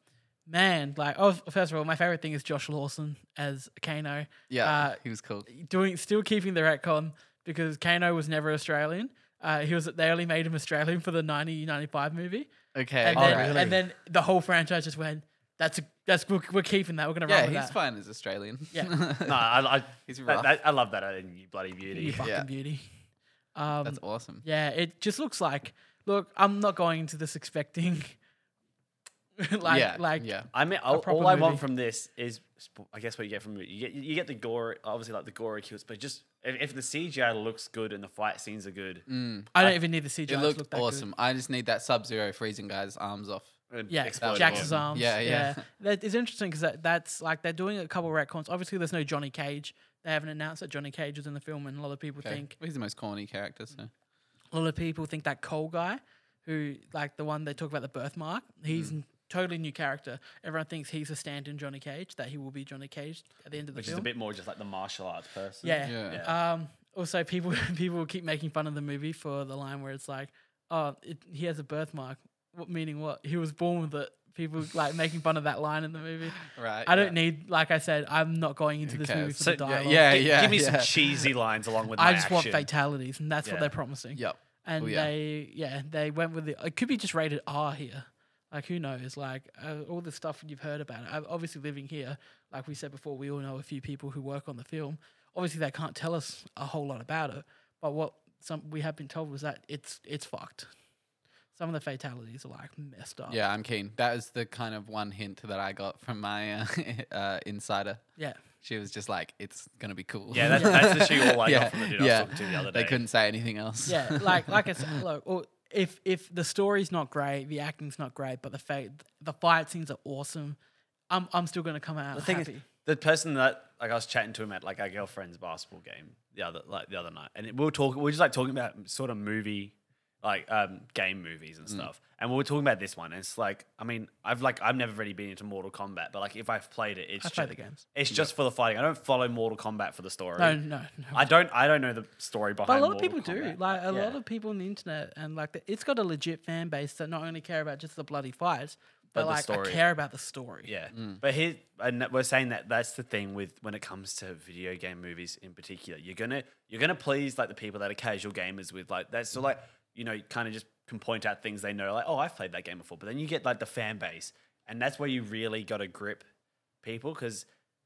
[SPEAKER 1] man, like oh, first of all, my favorite thing is Josh Lawson as Kano.
[SPEAKER 3] Yeah,
[SPEAKER 1] Uh,
[SPEAKER 3] he was cool.
[SPEAKER 1] doing still keeping the retcon because Kano was never Australian. Uh, he was they only made him Australian for the 90, 95 movie,
[SPEAKER 3] Okay,
[SPEAKER 1] and,
[SPEAKER 3] all
[SPEAKER 1] then,
[SPEAKER 3] right.
[SPEAKER 1] and then the whole franchise just went. That's a, that's we're, we're keeping that. We're gonna
[SPEAKER 3] yeah,
[SPEAKER 1] run with
[SPEAKER 3] he's
[SPEAKER 1] that.
[SPEAKER 3] fine as Australian.
[SPEAKER 1] Yeah.
[SPEAKER 2] No, I, I,
[SPEAKER 3] He's
[SPEAKER 2] that-
[SPEAKER 3] rough.
[SPEAKER 2] that- I love that. I didn't, you bloody
[SPEAKER 1] You
[SPEAKER 2] beauty.
[SPEAKER 1] fucking
[SPEAKER 3] Yeah.
[SPEAKER 1] beauty. Um,
[SPEAKER 3] that's awesome.
[SPEAKER 1] yeah, it just looks like. Look, I'm not going into this expecting. like,
[SPEAKER 3] yeah,
[SPEAKER 1] like,
[SPEAKER 3] yeah.
[SPEAKER 2] I mean, all,
[SPEAKER 1] proper
[SPEAKER 2] all I
[SPEAKER 1] movie.
[SPEAKER 2] want from this is, sp- I guess, what you get from it. You get you get the gore, obviously, like the gore kills, but just if, if the CGI looks good and the fight scenes are good,
[SPEAKER 3] Mm.
[SPEAKER 1] I don't even need the CGI.
[SPEAKER 3] It
[SPEAKER 1] to
[SPEAKER 3] looked
[SPEAKER 1] look that good.
[SPEAKER 3] awesome. I just need that Sub Zero freezing guy's arms off.
[SPEAKER 2] and
[SPEAKER 1] Yeah,
[SPEAKER 2] exploding
[SPEAKER 1] Jax's
[SPEAKER 2] on-
[SPEAKER 1] arms.
[SPEAKER 3] Yeah, yeah.
[SPEAKER 1] That is interesting because that, that's like they're doing a couple retcons. Obviously, there's no Johnny Cage. They haven't announced that Johnny Cage was in the film, and a lot of people
[SPEAKER 3] Okay.
[SPEAKER 1] think
[SPEAKER 3] He's the most corny character. So
[SPEAKER 1] a lot of people think that Cole guy, who like the one they talk about the birthmark, he's
[SPEAKER 3] Mm.
[SPEAKER 1] a totally new character. Everyone thinks he's a stand-in Johnny Cage. That he will be Johnny Cage at the end of the
[SPEAKER 2] which
[SPEAKER 1] film.
[SPEAKER 2] is a bit more just like the martial arts person.
[SPEAKER 1] yeah.
[SPEAKER 3] yeah, yeah.
[SPEAKER 1] Um, also, people people keep making fun of the movie for the line where it's like, "Oh, it, he has a birthmark." What meaning? What he was born with it. People like making fun of that line in the movie.
[SPEAKER 3] Right,
[SPEAKER 1] I don't
[SPEAKER 3] yeah.
[SPEAKER 1] need, like I said, I'm not going into this
[SPEAKER 3] Okay,
[SPEAKER 1] movie for
[SPEAKER 2] So,
[SPEAKER 1] the
[SPEAKER 2] yeah,
[SPEAKER 1] dialogue.
[SPEAKER 3] yeah,
[SPEAKER 2] gi-
[SPEAKER 3] yeah,
[SPEAKER 2] give me some
[SPEAKER 3] yeah.
[SPEAKER 2] cheesy lines along with.
[SPEAKER 1] I
[SPEAKER 2] my
[SPEAKER 1] just want
[SPEAKER 2] action.
[SPEAKER 1] fatalities, and that's what
[SPEAKER 2] Yeah.
[SPEAKER 1] they're promising.
[SPEAKER 3] Yep.
[SPEAKER 1] And
[SPEAKER 3] Oh, yeah.
[SPEAKER 1] they, yeah, they went with the. It could be just rated R here. Like who knows? Like uh, all the stuff you've heard about it. Ob- Obviously, living here, like we said before, we all know a few people who work on the film. Obviously, they can't tell us a whole lot about it. But what some we have been told was that it's it's fucked. Some of the fatalities are like messed up.
[SPEAKER 3] Yeah, I'm keen. That is the kind of one hint that I got from my uh, uh, insider.
[SPEAKER 1] yeah.
[SPEAKER 3] She was just like, "It's gonna be cool."
[SPEAKER 2] Yeah, that, that's the shoe all I got from the dude I was talking to the other day.
[SPEAKER 3] They couldn't say anything else.
[SPEAKER 1] Yeah, like like I said, look, or if if the story's not great, the acting's not great, but the fa- the fight scenes are awesome, I'm I'm still gonna come out
[SPEAKER 2] The thing
[SPEAKER 1] happy.
[SPEAKER 2] is, the person that like I was chatting to him at like our girlfriend's basketball game the other like the other night, and we were talking, we were just like talking about sort of movie, like um game movies
[SPEAKER 3] Mm.
[SPEAKER 2] and stuff, and we were talking about this one. And it's like, I mean, I've like I've never really been into Mortal Kombat, but like if I've played it, it's
[SPEAKER 1] I've played
[SPEAKER 2] ju-
[SPEAKER 1] the games.
[SPEAKER 2] It's just for the fighting. I don't follow Mortal Kombat for the story.
[SPEAKER 1] no, no, no.
[SPEAKER 2] I don't. I don't know the story behind.
[SPEAKER 1] but a lot of
[SPEAKER 2] Mortal
[SPEAKER 1] people do.
[SPEAKER 2] Kombat.
[SPEAKER 1] Like a
[SPEAKER 2] Yeah.
[SPEAKER 1] lot of people on the internet, and like the, it's got a legit fan base that not only care about just the bloody fights, but,
[SPEAKER 2] the
[SPEAKER 1] like I
[SPEAKER 2] story.
[SPEAKER 1] care about the story.
[SPEAKER 2] Yeah, but here, and that- we're saying that that's the thing with when it comes to video game movies in particular. You're gonna you're gonna please like the people that are casual gamers with like that's so like you know kind of just can point out things they know like oh I've played that game before. But then you get like the fan base, and that's where you really got to grip people because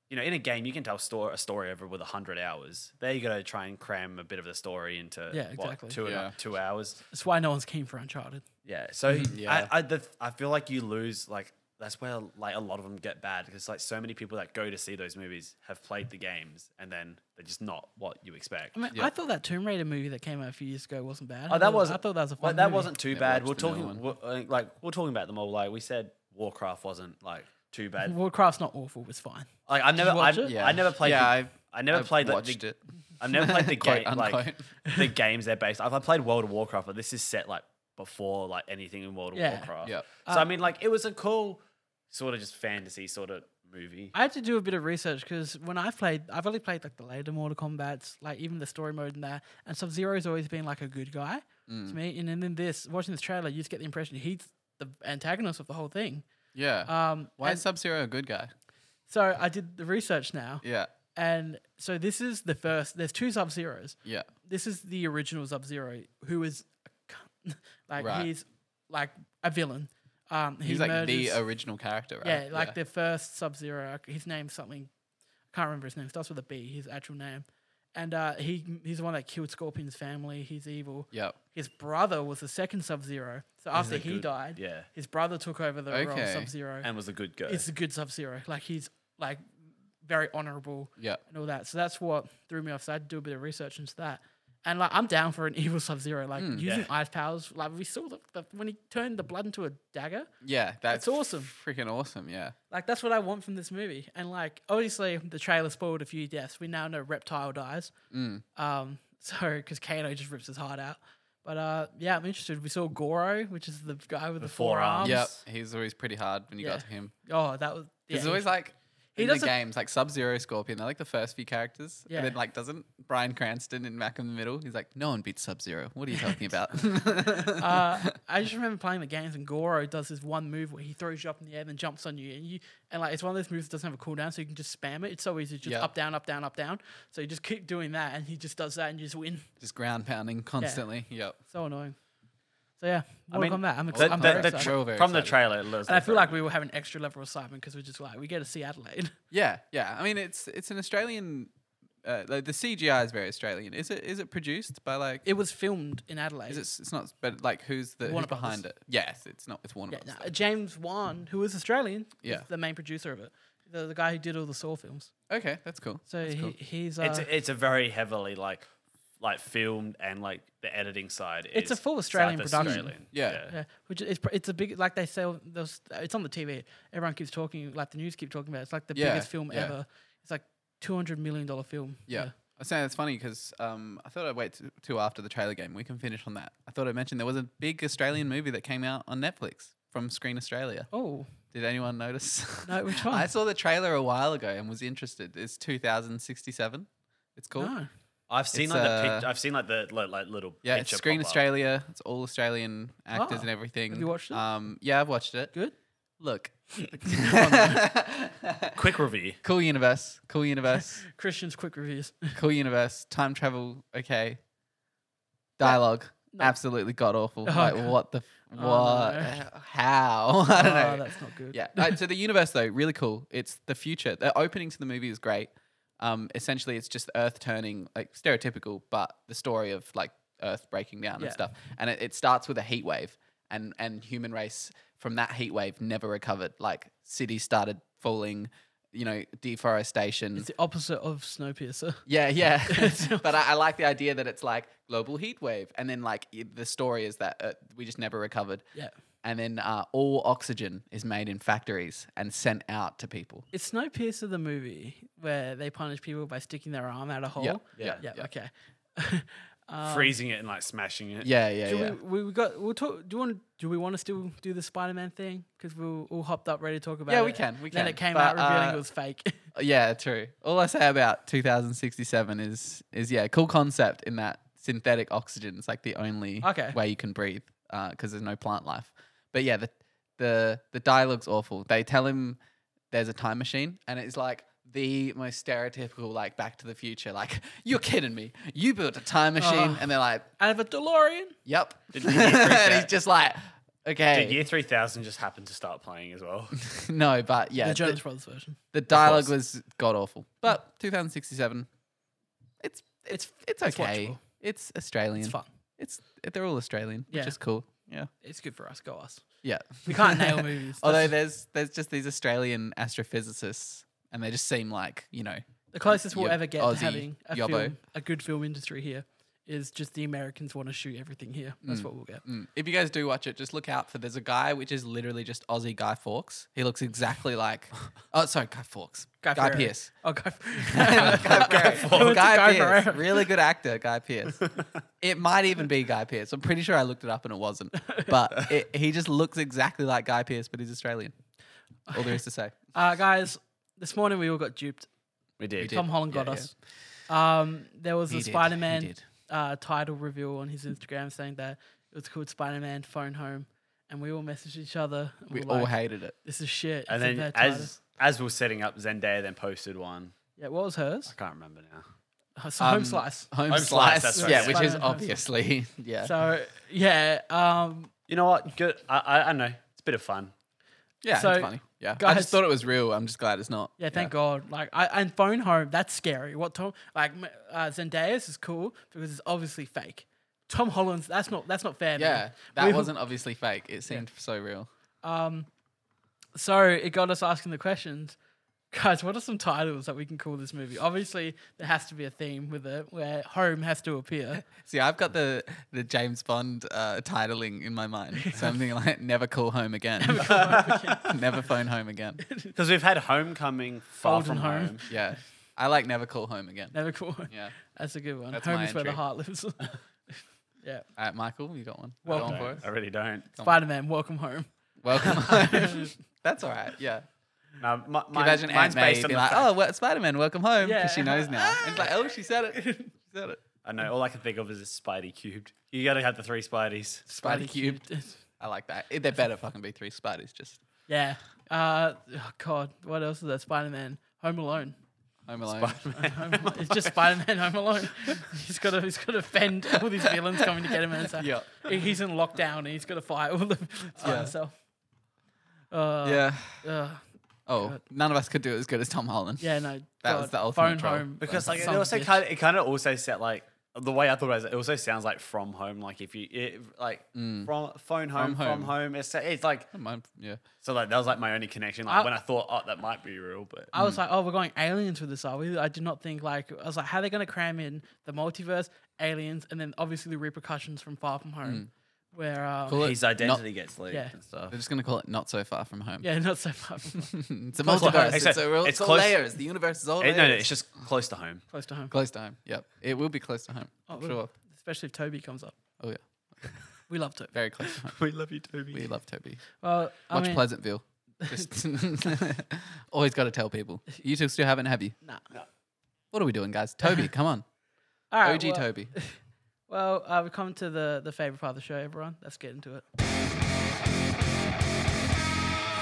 [SPEAKER 2] you know in a game you can tell store a story over with hundred hours. There you got to try and cram a bit of the story into
[SPEAKER 1] Yeah,
[SPEAKER 2] what,
[SPEAKER 1] exactly.
[SPEAKER 2] two and a-
[SPEAKER 3] Yeah.
[SPEAKER 2] two hours.
[SPEAKER 1] That's why no one's keen for Uncharted.
[SPEAKER 2] Yeah. So
[SPEAKER 3] Mm-hmm. yeah.
[SPEAKER 2] I I, the, I feel like you lose like that's where like a lot of them get bad because like so many people that go to see those movies have played the games and then they're just not what you expect.
[SPEAKER 1] I mean, I thought that Tomb Raider movie that came out a few years ago wasn't bad. I
[SPEAKER 2] Oh,
[SPEAKER 1] thought-
[SPEAKER 2] that wasn't.
[SPEAKER 1] I thought that was a fun.
[SPEAKER 2] like, that
[SPEAKER 1] movie.
[SPEAKER 2] wasn't too
[SPEAKER 3] I
[SPEAKER 2] bad. We're
[SPEAKER 3] watched the new
[SPEAKER 2] talking we're, uh, like we're talking about them all. Like we said, Warcraft wasn't like too bad.
[SPEAKER 1] Warcraft's not awful. It was fine.
[SPEAKER 2] Like I never, I,
[SPEAKER 1] watch it?
[SPEAKER 3] Yeah.
[SPEAKER 2] I never played.
[SPEAKER 3] Yeah,
[SPEAKER 2] the,
[SPEAKER 3] I've-
[SPEAKER 2] I never
[SPEAKER 3] I've
[SPEAKER 2] played like,
[SPEAKER 3] watched
[SPEAKER 2] the,
[SPEAKER 3] it.
[SPEAKER 2] I've never played the
[SPEAKER 3] Quote,
[SPEAKER 2] game like
[SPEAKER 3] unquote.
[SPEAKER 2] the games they're based. I've, I played World of Warcraft, but this is set like before like anything in World of
[SPEAKER 1] Yeah.
[SPEAKER 2] Warcraft.
[SPEAKER 3] Yep.
[SPEAKER 2] So I mean, like it was a cool sort of just fantasy sort of movie.
[SPEAKER 1] I had to do a bit of research because when I've played, I've only played like the later Mortal Kombat's, like even the story mode and that. And Sub Zero's always been like a good guy
[SPEAKER 3] Mm.
[SPEAKER 1] to me. And then in this, watching this trailer, you just get the impression he's the antagonist of the whole thing.
[SPEAKER 3] yeah.
[SPEAKER 1] Um,
[SPEAKER 3] Why
[SPEAKER 1] and
[SPEAKER 3] is Sub Zero a good guy?
[SPEAKER 1] so I did the research now.
[SPEAKER 3] Yeah,
[SPEAKER 1] And so this is the first, there's two Sub Zeros.
[SPEAKER 3] yeah,
[SPEAKER 1] This is the original Sub Zero, who is a cunt. like,
[SPEAKER 3] Right.
[SPEAKER 1] he's like a villain. Um, he
[SPEAKER 3] he's like
[SPEAKER 1] murders-
[SPEAKER 3] the original character, right?
[SPEAKER 1] Yeah, like the first Sub Zero. His name's something. I can't remember his name. Starts with a B. His actual name. And uh, he he's the one that killed Scorpion's family. He's evil.
[SPEAKER 3] Yep.
[SPEAKER 1] His brother was the second Sub Zero. So after he
[SPEAKER 2] good-
[SPEAKER 1] died,
[SPEAKER 2] yeah.
[SPEAKER 1] his brother took over the role of
[SPEAKER 3] Okay.
[SPEAKER 1] Sub Zero.
[SPEAKER 2] and was a good guy.
[SPEAKER 1] It's a good Sub Zero. Like he's like very honorable
[SPEAKER 3] Yeah.
[SPEAKER 1] and all that. So that's what threw me off. So I had to do a bit of research into that. And like I'm down for an evil Sub Zero, like using ice powers. Like we saw the, the when he turned the blood into a dagger.
[SPEAKER 3] Yeah, that's
[SPEAKER 1] That's awesome.
[SPEAKER 3] Freaking awesome, yeah.
[SPEAKER 1] Like that's what I want from this movie. And like obviously the trailer spoiled a few deaths. We now know Reptile dies.
[SPEAKER 3] Mm.
[SPEAKER 1] Um, so because Kano just rips his heart out. But uh, yeah, I'm interested. We saw Goro, which is the guy with the,
[SPEAKER 2] four
[SPEAKER 1] forearms.
[SPEAKER 2] arms.
[SPEAKER 3] Yep, he's always pretty hard when you
[SPEAKER 1] Yeah.
[SPEAKER 3] got to him.
[SPEAKER 1] Oh, that was. Yeah,
[SPEAKER 3] He's always like
[SPEAKER 1] he
[SPEAKER 3] in the
[SPEAKER 1] doesn't-
[SPEAKER 3] games, like Sub Zero Scorpion. They're like the first few characters,
[SPEAKER 1] Yeah.
[SPEAKER 3] and then like doesn't Brian Cranston in Mac in the Middle? He's like, no one beats Sub Zero. What are you talking about?
[SPEAKER 1] uh, I just remember playing the games and Goro does this one move where he throws you up in the air and then jumps on you and you and like it's one of those moves that doesn't have a cooldown, so you can just spam it. It's so easy, just
[SPEAKER 3] Yeah.
[SPEAKER 1] up down, up down, up down. So you just keep doing that and he just does that and you just win.
[SPEAKER 3] Just ground pounding constantly. Yep.
[SPEAKER 1] So annoying. So yeah, work
[SPEAKER 2] mean,
[SPEAKER 1] on that. I'm, ex-
[SPEAKER 2] The-
[SPEAKER 1] I'm
[SPEAKER 2] the-
[SPEAKER 1] very
[SPEAKER 2] the
[SPEAKER 1] excited.
[SPEAKER 2] tra-
[SPEAKER 3] We're all very
[SPEAKER 2] from the
[SPEAKER 3] excited.
[SPEAKER 2] trailer, it looks
[SPEAKER 1] and I feel like we will have an extra level of excitement because we're just like we get to see Adelaide.
[SPEAKER 3] Yeah, yeah. I mean, it's it's an Australian. Uh, like the CGI is very Australian. Is it is it produced by like?
[SPEAKER 1] It was filmed in Adelaide.
[SPEAKER 3] is it, it's not, but like who's the who's
[SPEAKER 1] Warner Brothers.
[SPEAKER 3] behind it? Yes, it's not. It's Warner
[SPEAKER 1] yeah,
[SPEAKER 3] Brothers.
[SPEAKER 1] no, James Wan, who is Australian,
[SPEAKER 3] Yeah.
[SPEAKER 1] is the main producer of it. The, the guy who did all the Saw films.
[SPEAKER 3] Okay, that's cool.
[SPEAKER 1] So he, he's uh,
[SPEAKER 2] it's a, it's a very heavily like like filmed and like the editing side.
[SPEAKER 1] It's a
[SPEAKER 2] is
[SPEAKER 1] full Australian
[SPEAKER 2] South
[SPEAKER 1] production.
[SPEAKER 2] Australian.
[SPEAKER 3] Yeah.
[SPEAKER 1] Yeah, which is pr- it's a big like they say those it's on the TV. Everyone keeps talking like the news keep talking about. It. It's like the
[SPEAKER 3] Yeah,
[SPEAKER 1] biggest film
[SPEAKER 3] yeah.
[SPEAKER 1] ever. It's like two hundred million dollar film.
[SPEAKER 3] Yeah. I was saying that's funny because um, I thought I'd wait t- till after the trailer game. We can finish on that. I thought I'd mention there was a big Australian movie that came out on Netflix from Screen Australia.
[SPEAKER 1] Oh,
[SPEAKER 3] Did anyone notice?
[SPEAKER 1] No, which
[SPEAKER 3] I
[SPEAKER 1] one?
[SPEAKER 3] saw the trailer a while ago and was interested. It's 2067. It's called.
[SPEAKER 1] no.
[SPEAKER 2] I've seen
[SPEAKER 3] It's,
[SPEAKER 2] like the
[SPEAKER 3] uh,
[SPEAKER 2] pic- I've seen like the li- like little
[SPEAKER 3] Yeah, it's
[SPEAKER 2] picture
[SPEAKER 3] Screen
[SPEAKER 2] pop up.
[SPEAKER 3] Australia. It's all Australian actors
[SPEAKER 1] Ah.
[SPEAKER 3] and everything.
[SPEAKER 1] Have you watched it?
[SPEAKER 3] Um, yeah, I've watched it.
[SPEAKER 1] Good.
[SPEAKER 3] Look,
[SPEAKER 2] Quick review.
[SPEAKER 3] cool universe. Cool universe.
[SPEAKER 1] Christian's quick reviews.
[SPEAKER 3] cool universe. Time travel. Okay. Dialogue. Absolutely god awful. like
[SPEAKER 1] Oh, God. Oh,
[SPEAKER 3] what the f- what?
[SPEAKER 1] no.
[SPEAKER 3] How? I don't
[SPEAKER 1] Ah,
[SPEAKER 3] know.
[SPEAKER 1] that's not good.
[SPEAKER 3] Yeah. Uh, so the universe though, really cool. It's the future. The opening to the movie is great. Um, essentially, it's just Earth turning like stereotypical, but the story of like Earth breaking down
[SPEAKER 1] Yeah.
[SPEAKER 3] and stuff. And it, it starts with a heat wave, and and human race from that heat wave never recovered. Like cities started falling, you know, deforestation.
[SPEAKER 1] It's the opposite of Snowpiercer.
[SPEAKER 3] Yeah, yeah. but I, I like the idea that it's like global heat wave, and then like i- the story is that uh, we just never recovered.
[SPEAKER 1] Yeah.
[SPEAKER 3] And then uh, all oxygen is made in factories and sent out to people.
[SPEAKER 1] It's Snowpiercer the movie where they punish people by sticking their arm out a hole.
[SPEAKER 3] yeah,
[SPEAKER 1] yeah.
[SPEAKER 3] yeah.
[SPEAKER 1] Okay. um,
[SPEAKER 2] freezing it and like smashing it.
[SPEAKER 3] Yeah, yeah,
[SPEAKER 1] Do
[SPEAKER 3] yeah.
[SPEAKER 1] we, we got? We'll talk. Do you want? Do we want to still do the Spider-Man thing? Because we were all hopped up, ready to talk about.
[SPEAKER 3] Yeah,
[SPEAKER 1] it.
[SPEAKER 3] we can, we
[SPEAKER 1] then
[SPEAKER 3] can.
[SPEAKER 1] it came out
[SPEAKER 3] But,
[SPEAKER 1] revealing
[SPEAKER 3] uh,
[SPEAKER 1] it was fake.
[SPEAKER 3] yeah, true. All I say about 2067 is is yeah, cool concept in that synthetic oxygen is like the only
[SPEAKER 1] Okay.
[SPEAKER 3] way you can breathe because there's no plant life. But yeah, the the the dialogue's awful. They tell him there's a time machine, and it's like the most stereotypical like Back to the Future. Like you're kidding me. You built a time
[SPEAKER 2] Oh.
[SPEAKER 3] machine, and they're like,
[SPEAKER 1] Out of a DeLorean.
[SPEAKER 3] "Yep,"
[SPEAKER 2] Did you freak
[SPEAKER 3] and he's
[SPEAKER 2] out?
[SPEAKER 3] just like, "Okay,
[SPEAKER 2] Did Year three thousand just happened to start playing as well?
[SPEAKER 3] no." But yeah,
[SPEAKER 1] the
[SPEAKER 3] the-
[SPEAKER 1] Jonas Brothers version.
[SPEAKER 3] The dialogue was god awful. But 2067, it's it's it's okay.
[SPEAKER 1] watchable.
[SPEAKER 3] It's, Australian.
[SPEAKER 1] It's fun.
[SPEAKER 3] It's they're all Australian,
[SPEAKER 1] Yeah.
[SPEAKER 3] which is cool. Yeah,
[SPEAKER 1] It's good for us. Go us.
[SPEAKER 3] yeah.
[SPEAKER 1] We can't nail movies.
[SPEAKER 3] Although
[SPEAKER 1] That's-
[SPEAKER 3] there's there's just these Australian astrophysicists, and they just seem like you know.
[SPEAKER 1] the closest we'll
[SPEAKER 3] Yo-
[SPEAKER 1] ever get
[SPEAKER 3] Aussie,
[SPEAKER 1] to having a,
[SPEAKER 3] Yobbo.
[SPEAKER 1] film, a good film industry here is just the Americans want to shoot everything here. That's what we'll get.
[SPEAKER 3] Mm. If you guys do watch it, just look out for there's a guy which is literally just Aussie Guy Fawkes. He looks exactly like oh sorry Guy Fawkes Guy
[SPEAKER 1] Ferrero.
[SPEAKER 3] Pearce.
[SPEAKER 1] Oh, Guy.
[SPEAKER 3] Guy, Guy,
[SPEAKER 1] It's a Guy
[SPEAKER 3] Pearce.
[SPEAKER 1] Ferrero.
[SPEAKER 3] Really good actor, Guy Pearce. it might even be Guy Pearce. I'm pretty sure I looked it up and it wasn't. But it, he just looks exactly like Guy Pearce, but he's Australian. All there is to say.
[SPEAKER 1] uh, guys, this morning we all got duped.
[SPEAKER 2] We did.
[SPEAKER 1] Tom Holland got
[SPEAKER 3] Yeah,
[SPEAKER 1] us. Um, there was a
[SPEAKER 3] did, he
[SPEAKER 1] Spider Man
[SPEAKER 3] did.
[SPEAKER 1] uh, title reveal on his Instagram saying that it was called Spider Man Phone Home, and we all messaged each other. and
[SPEAKER 3] We
[SPEAKER 1] were
[SPEAKER 3] all
[SPEAKER 1] like,
[SPEAKER 3] hated it.
[SPEAKER 1] This is shit.
[SPEAKER 2] And
[SPEAKER 1] it's a
[SPEAKER 2] then
[SPEAKER 1] bad title."
[SPEAKER 2] as as we were setting up, Zendaya then posted one.
[SPEAKER 1] yeah, what was hers?
[SPEAKER 2] I can't remember now.
[SPEAKER 1] Oh, so
[SPEAKER 3] Um,
[SPEAKER 1] home slice.
[SPEAKER 3] Home,
[SPEAKER 2] Home
[SPEAKER 3] slice.
[SPEAKER 2] Slice, that's right,
[SPEAKER 3] yeah,
[SPEAKER 2] yeah.
[SPEAKER 3] which is
[SPEAKER 1] Spider-Man Home
[SPEAKER 3] obviously yeah.
[SPEAKER 1] So yeah, um,
[SPEAKER 2] You know what? Good. I I, I don't know. It's a bit of fun.
[SPEAKER 3] yeah,
[SPEAKER 1] so,
[SPEAKER 3] it's funny. Yeah. I
[SPEAKER 1] guys-
[SPEAKER 3] just thought it was real. I'm just glad it's not.
[SPEAKER 1] yeah, thank God. Like, I and phone home. That's scary. What Tom like m- uh, Zendaya's is cool because it's obviously fake. Tom Holland's that's not that's not fair. man.
[SPEAKER 3] Yeah. That
[SPEAKER 1] We-
[SPEAKER 3] wasn't obviously fake. It seemed so real.
[SPEAKER 1] So it got us asking the questions. Guys, what are some titles that we can call this movie? Obviously, there has to be a theme with it where home has to appear.
[SPEAKER 3] See, I've got the the James Bond uh, titling in my mind. Something like "Never call home again," "Never phone home again."
[SPEAKER 2] Because we've had Homecoming, Far
[SPEAKER 1] Old
[SPEAKER 2] From
[SPEAKER 1] and Home.
[SPEAKER 2] Home.
[SPEAKER 3] Yeah, I like "Never call home again."
[SPEAKER 1] Never cool.
[SPEAKER 3] Yeah,
[SPEAKER 1] That's a good one.
[SPEAKER 3] That's
[SPEAKER 1] home
[SPEAKER 3] my
[SPEAKER 1] is where the
[SPEAKER 3] entry.
[SPEAKER 1] heart lives. yeah.
[SPEAKER 3] All right, Michael, you got one.
[SPEAKER 1] Well-
[SPEAKER 3] Go on
[SPEAKER 2] No,
[SPEAKER 3] for it.
[SPEAKER 2] I really don't.
[SPEAKER 1] Spider Man, welcome home.
[SPEAKER 3] Welcome home. That's all right. Yeah.
[SPEAKER 2] No, my, mine,
[SPEAKER 3] Can you imagine
[SPEAKER 2] mine's
[SPEAKER 3] Aunt May
[SPEAKER 2] based on
[SPEAKER 3] be
[SPEAKER 2] the
[SPEAKER 3] like,
[SPEAKER 2] fact-
[SPEAKER 3] "Oh, well, Spider-Man, welcome home," because she
[SPEAKER 1] Yeah.
[SPEAKER 3] knows now. And it's like, "Oh, she said it. She said it."
[SPEAKER 2] I know. All I can think of is Spidey cubed. You gotta have the three Spideys.
[SPEAKER 3] Spidey cubed.
[SPEAKER 1] cubed.
[SPEAKER 3] I like that. It- There better fucking be three Spideys. Just
[SPEAKER 1] yeah. Uh, oh God, what else is that? Spider Man, Home Alone.
[SPEAKER 3] Home Alone.
[SPEAKER 1] Home Alone. It's just Spider Man Home Alone. He's got to he's got to fend all these villains coming to get him. And it's like,
[SPEAKER 3] Yeah.
[SPEAKER 1] he's in lockdown and he's got to fight all the by
[SPEAKER 3] Yeah.
[SPEAKER 1] himself. Uh,
[SPEAKER 3] yeah.
[SPEAKER 1] yeah. Uh,
[SPEAKER 3] Oh,
[SPEAKER 1] God.
[SPEAKER 3] none of us could do it as good as Tom Holland.
[SPEAKER 1] yeah. No.
[SPEAKER 3] That was
[SPEAKER 1] God,
[SPEAKER 3] the ultimate
[SPEAKER 1] phone
[SPEAKER 3] troll.
[SPEAKER 1] home
[SPEAKER 2] Because like it
[SPEAKER 1] son of a
[SPEAKER 2] also
[SPEAKER 1] bitch.
[SPEAKER 2] kind of, it kind of also sound like the way I thought about it, it also sounds like from home. Like if you it, like from phone home, from home.
[SPEAKER 3] Mm. home.
[SPEAKER 2] It's it's like
[SPEAKER 3] Mine- yeah.
[SPEAKER 2] so like that was like my only connection. Like
[SPEAKER 1] I-
[SPEAKER 2] when I thought, oh, that might be real, but
[SPEAKER 3] Mm.
[SPEAKER 1] I was like, oh, we're going aliens with this, are we? I did not think like I was like, how are they going to cram in the multiverse, aliens, and then obviously the repercussions from Far From Home, where um,
[SPEAKER 3] Mm. Cool.
[SPEAKER 2] his
[SPEAKER 3] Not-
[SPEAKER 2] identity gets leaked
[SPEAKER 1] yeah.
[SPEAKER 2] and stuff.
[SPEAKER 3] They're just gonna call it "Not So Far From Home."
[SPEAKER 1] yeah, not so far from home,
[SPEAKER 3] it's a
[SPEAKER 1] Close to home.
[SPEAKER 3] multiverse. It's,
[SPEAKER 2] Except
[SPEAKER 3] a real,
[SPEAKER 2] it's
[SPEAKER 3] it's all
[SPEAKER 2] close-
[SPEAKER 3] layers. The universe is all
[SPEAKER 2] Eh,
[SPEAKER 3] layers.
[SPEAKER 2] no, no, it's just close to home.
[SPEAKER 1] close to home,
[SPEAKER 3] close to home. Yep, it will be close to home.
[SPEAKER 1] Oh,
[SPEAKER 3] I'm
[SPEAKER 1] well.
[SPEAKER 3] sure.
[SPEAKER 1] especially if Toby comes up.
[SPEAKER 3] Oh yeah,
[SPEAKER 1] We love Toby.
[SPEAKER 3] very close to home.
[SPEAKER 2] We love you, Toby.
[SPEAKER 3] We love Toby.
[SPEAKER 1] Well, I
[SPEAKER 3] Watch
[SPEAKER 1] mean,
[SPEAKER 3] Pleasantville. Just always got to tell people. You two still haven't, have you?
[SPEAKER 1] Nah.
[SPEAKER 3] What are we doing, guys? Toby, come on.
[SPEAKER 1] All right,
[SPEAKER 3] OG
[SPEAKER 1] well,
[SPEAKER 3] Toby.
[SPEAKER 1] Well, uh, we've come to the the favorite part of the show, everyone. Let's get into it.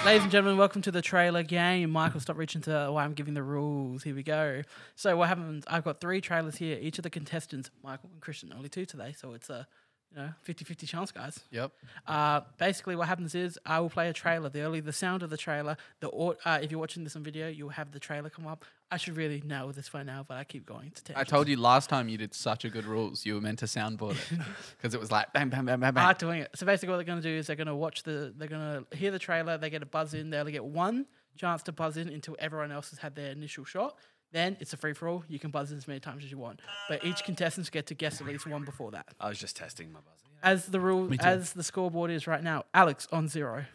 [SPEAKER 1] Ladies and gentlemen, welcome to the trailer game. Michael, stop reaching to why I'm giving the rules. Here we go. So what happens? I've got three trailers here. Each of the contestants, Michael and Christian, only two today. So it's a you know 50-50 chance, guys.
[SPEAKER 3] Yep.
[SPEAKER 1] Uh, basically, what happens is I will play a trailer. The earlier the sound of the trailer, the au- uh, if you're watching this on video, you'll have the trailer come up. I should really know this by now, but I keep going to
[SPEAKER 3] I told you last time you did such a good rules. You were meant to soundboard it because it was like bang, bang, bang, bang, bang.
[SPEAKER 1] are doing it. So basically, what they're going to do is they're going to watch the, they're going to hear the trailer. They get a buzz in. They'll get one chance to buzz in until everyone else has had their initial shot. Then it's a free for all. You can buzz in as many times as you want. But each contestants get to guess at least one before that.
[SPEAKER 2] I was just testing my buzzer.
[SPEAKER 1] As the rule, as the scoreboard is right now, Alex on zero,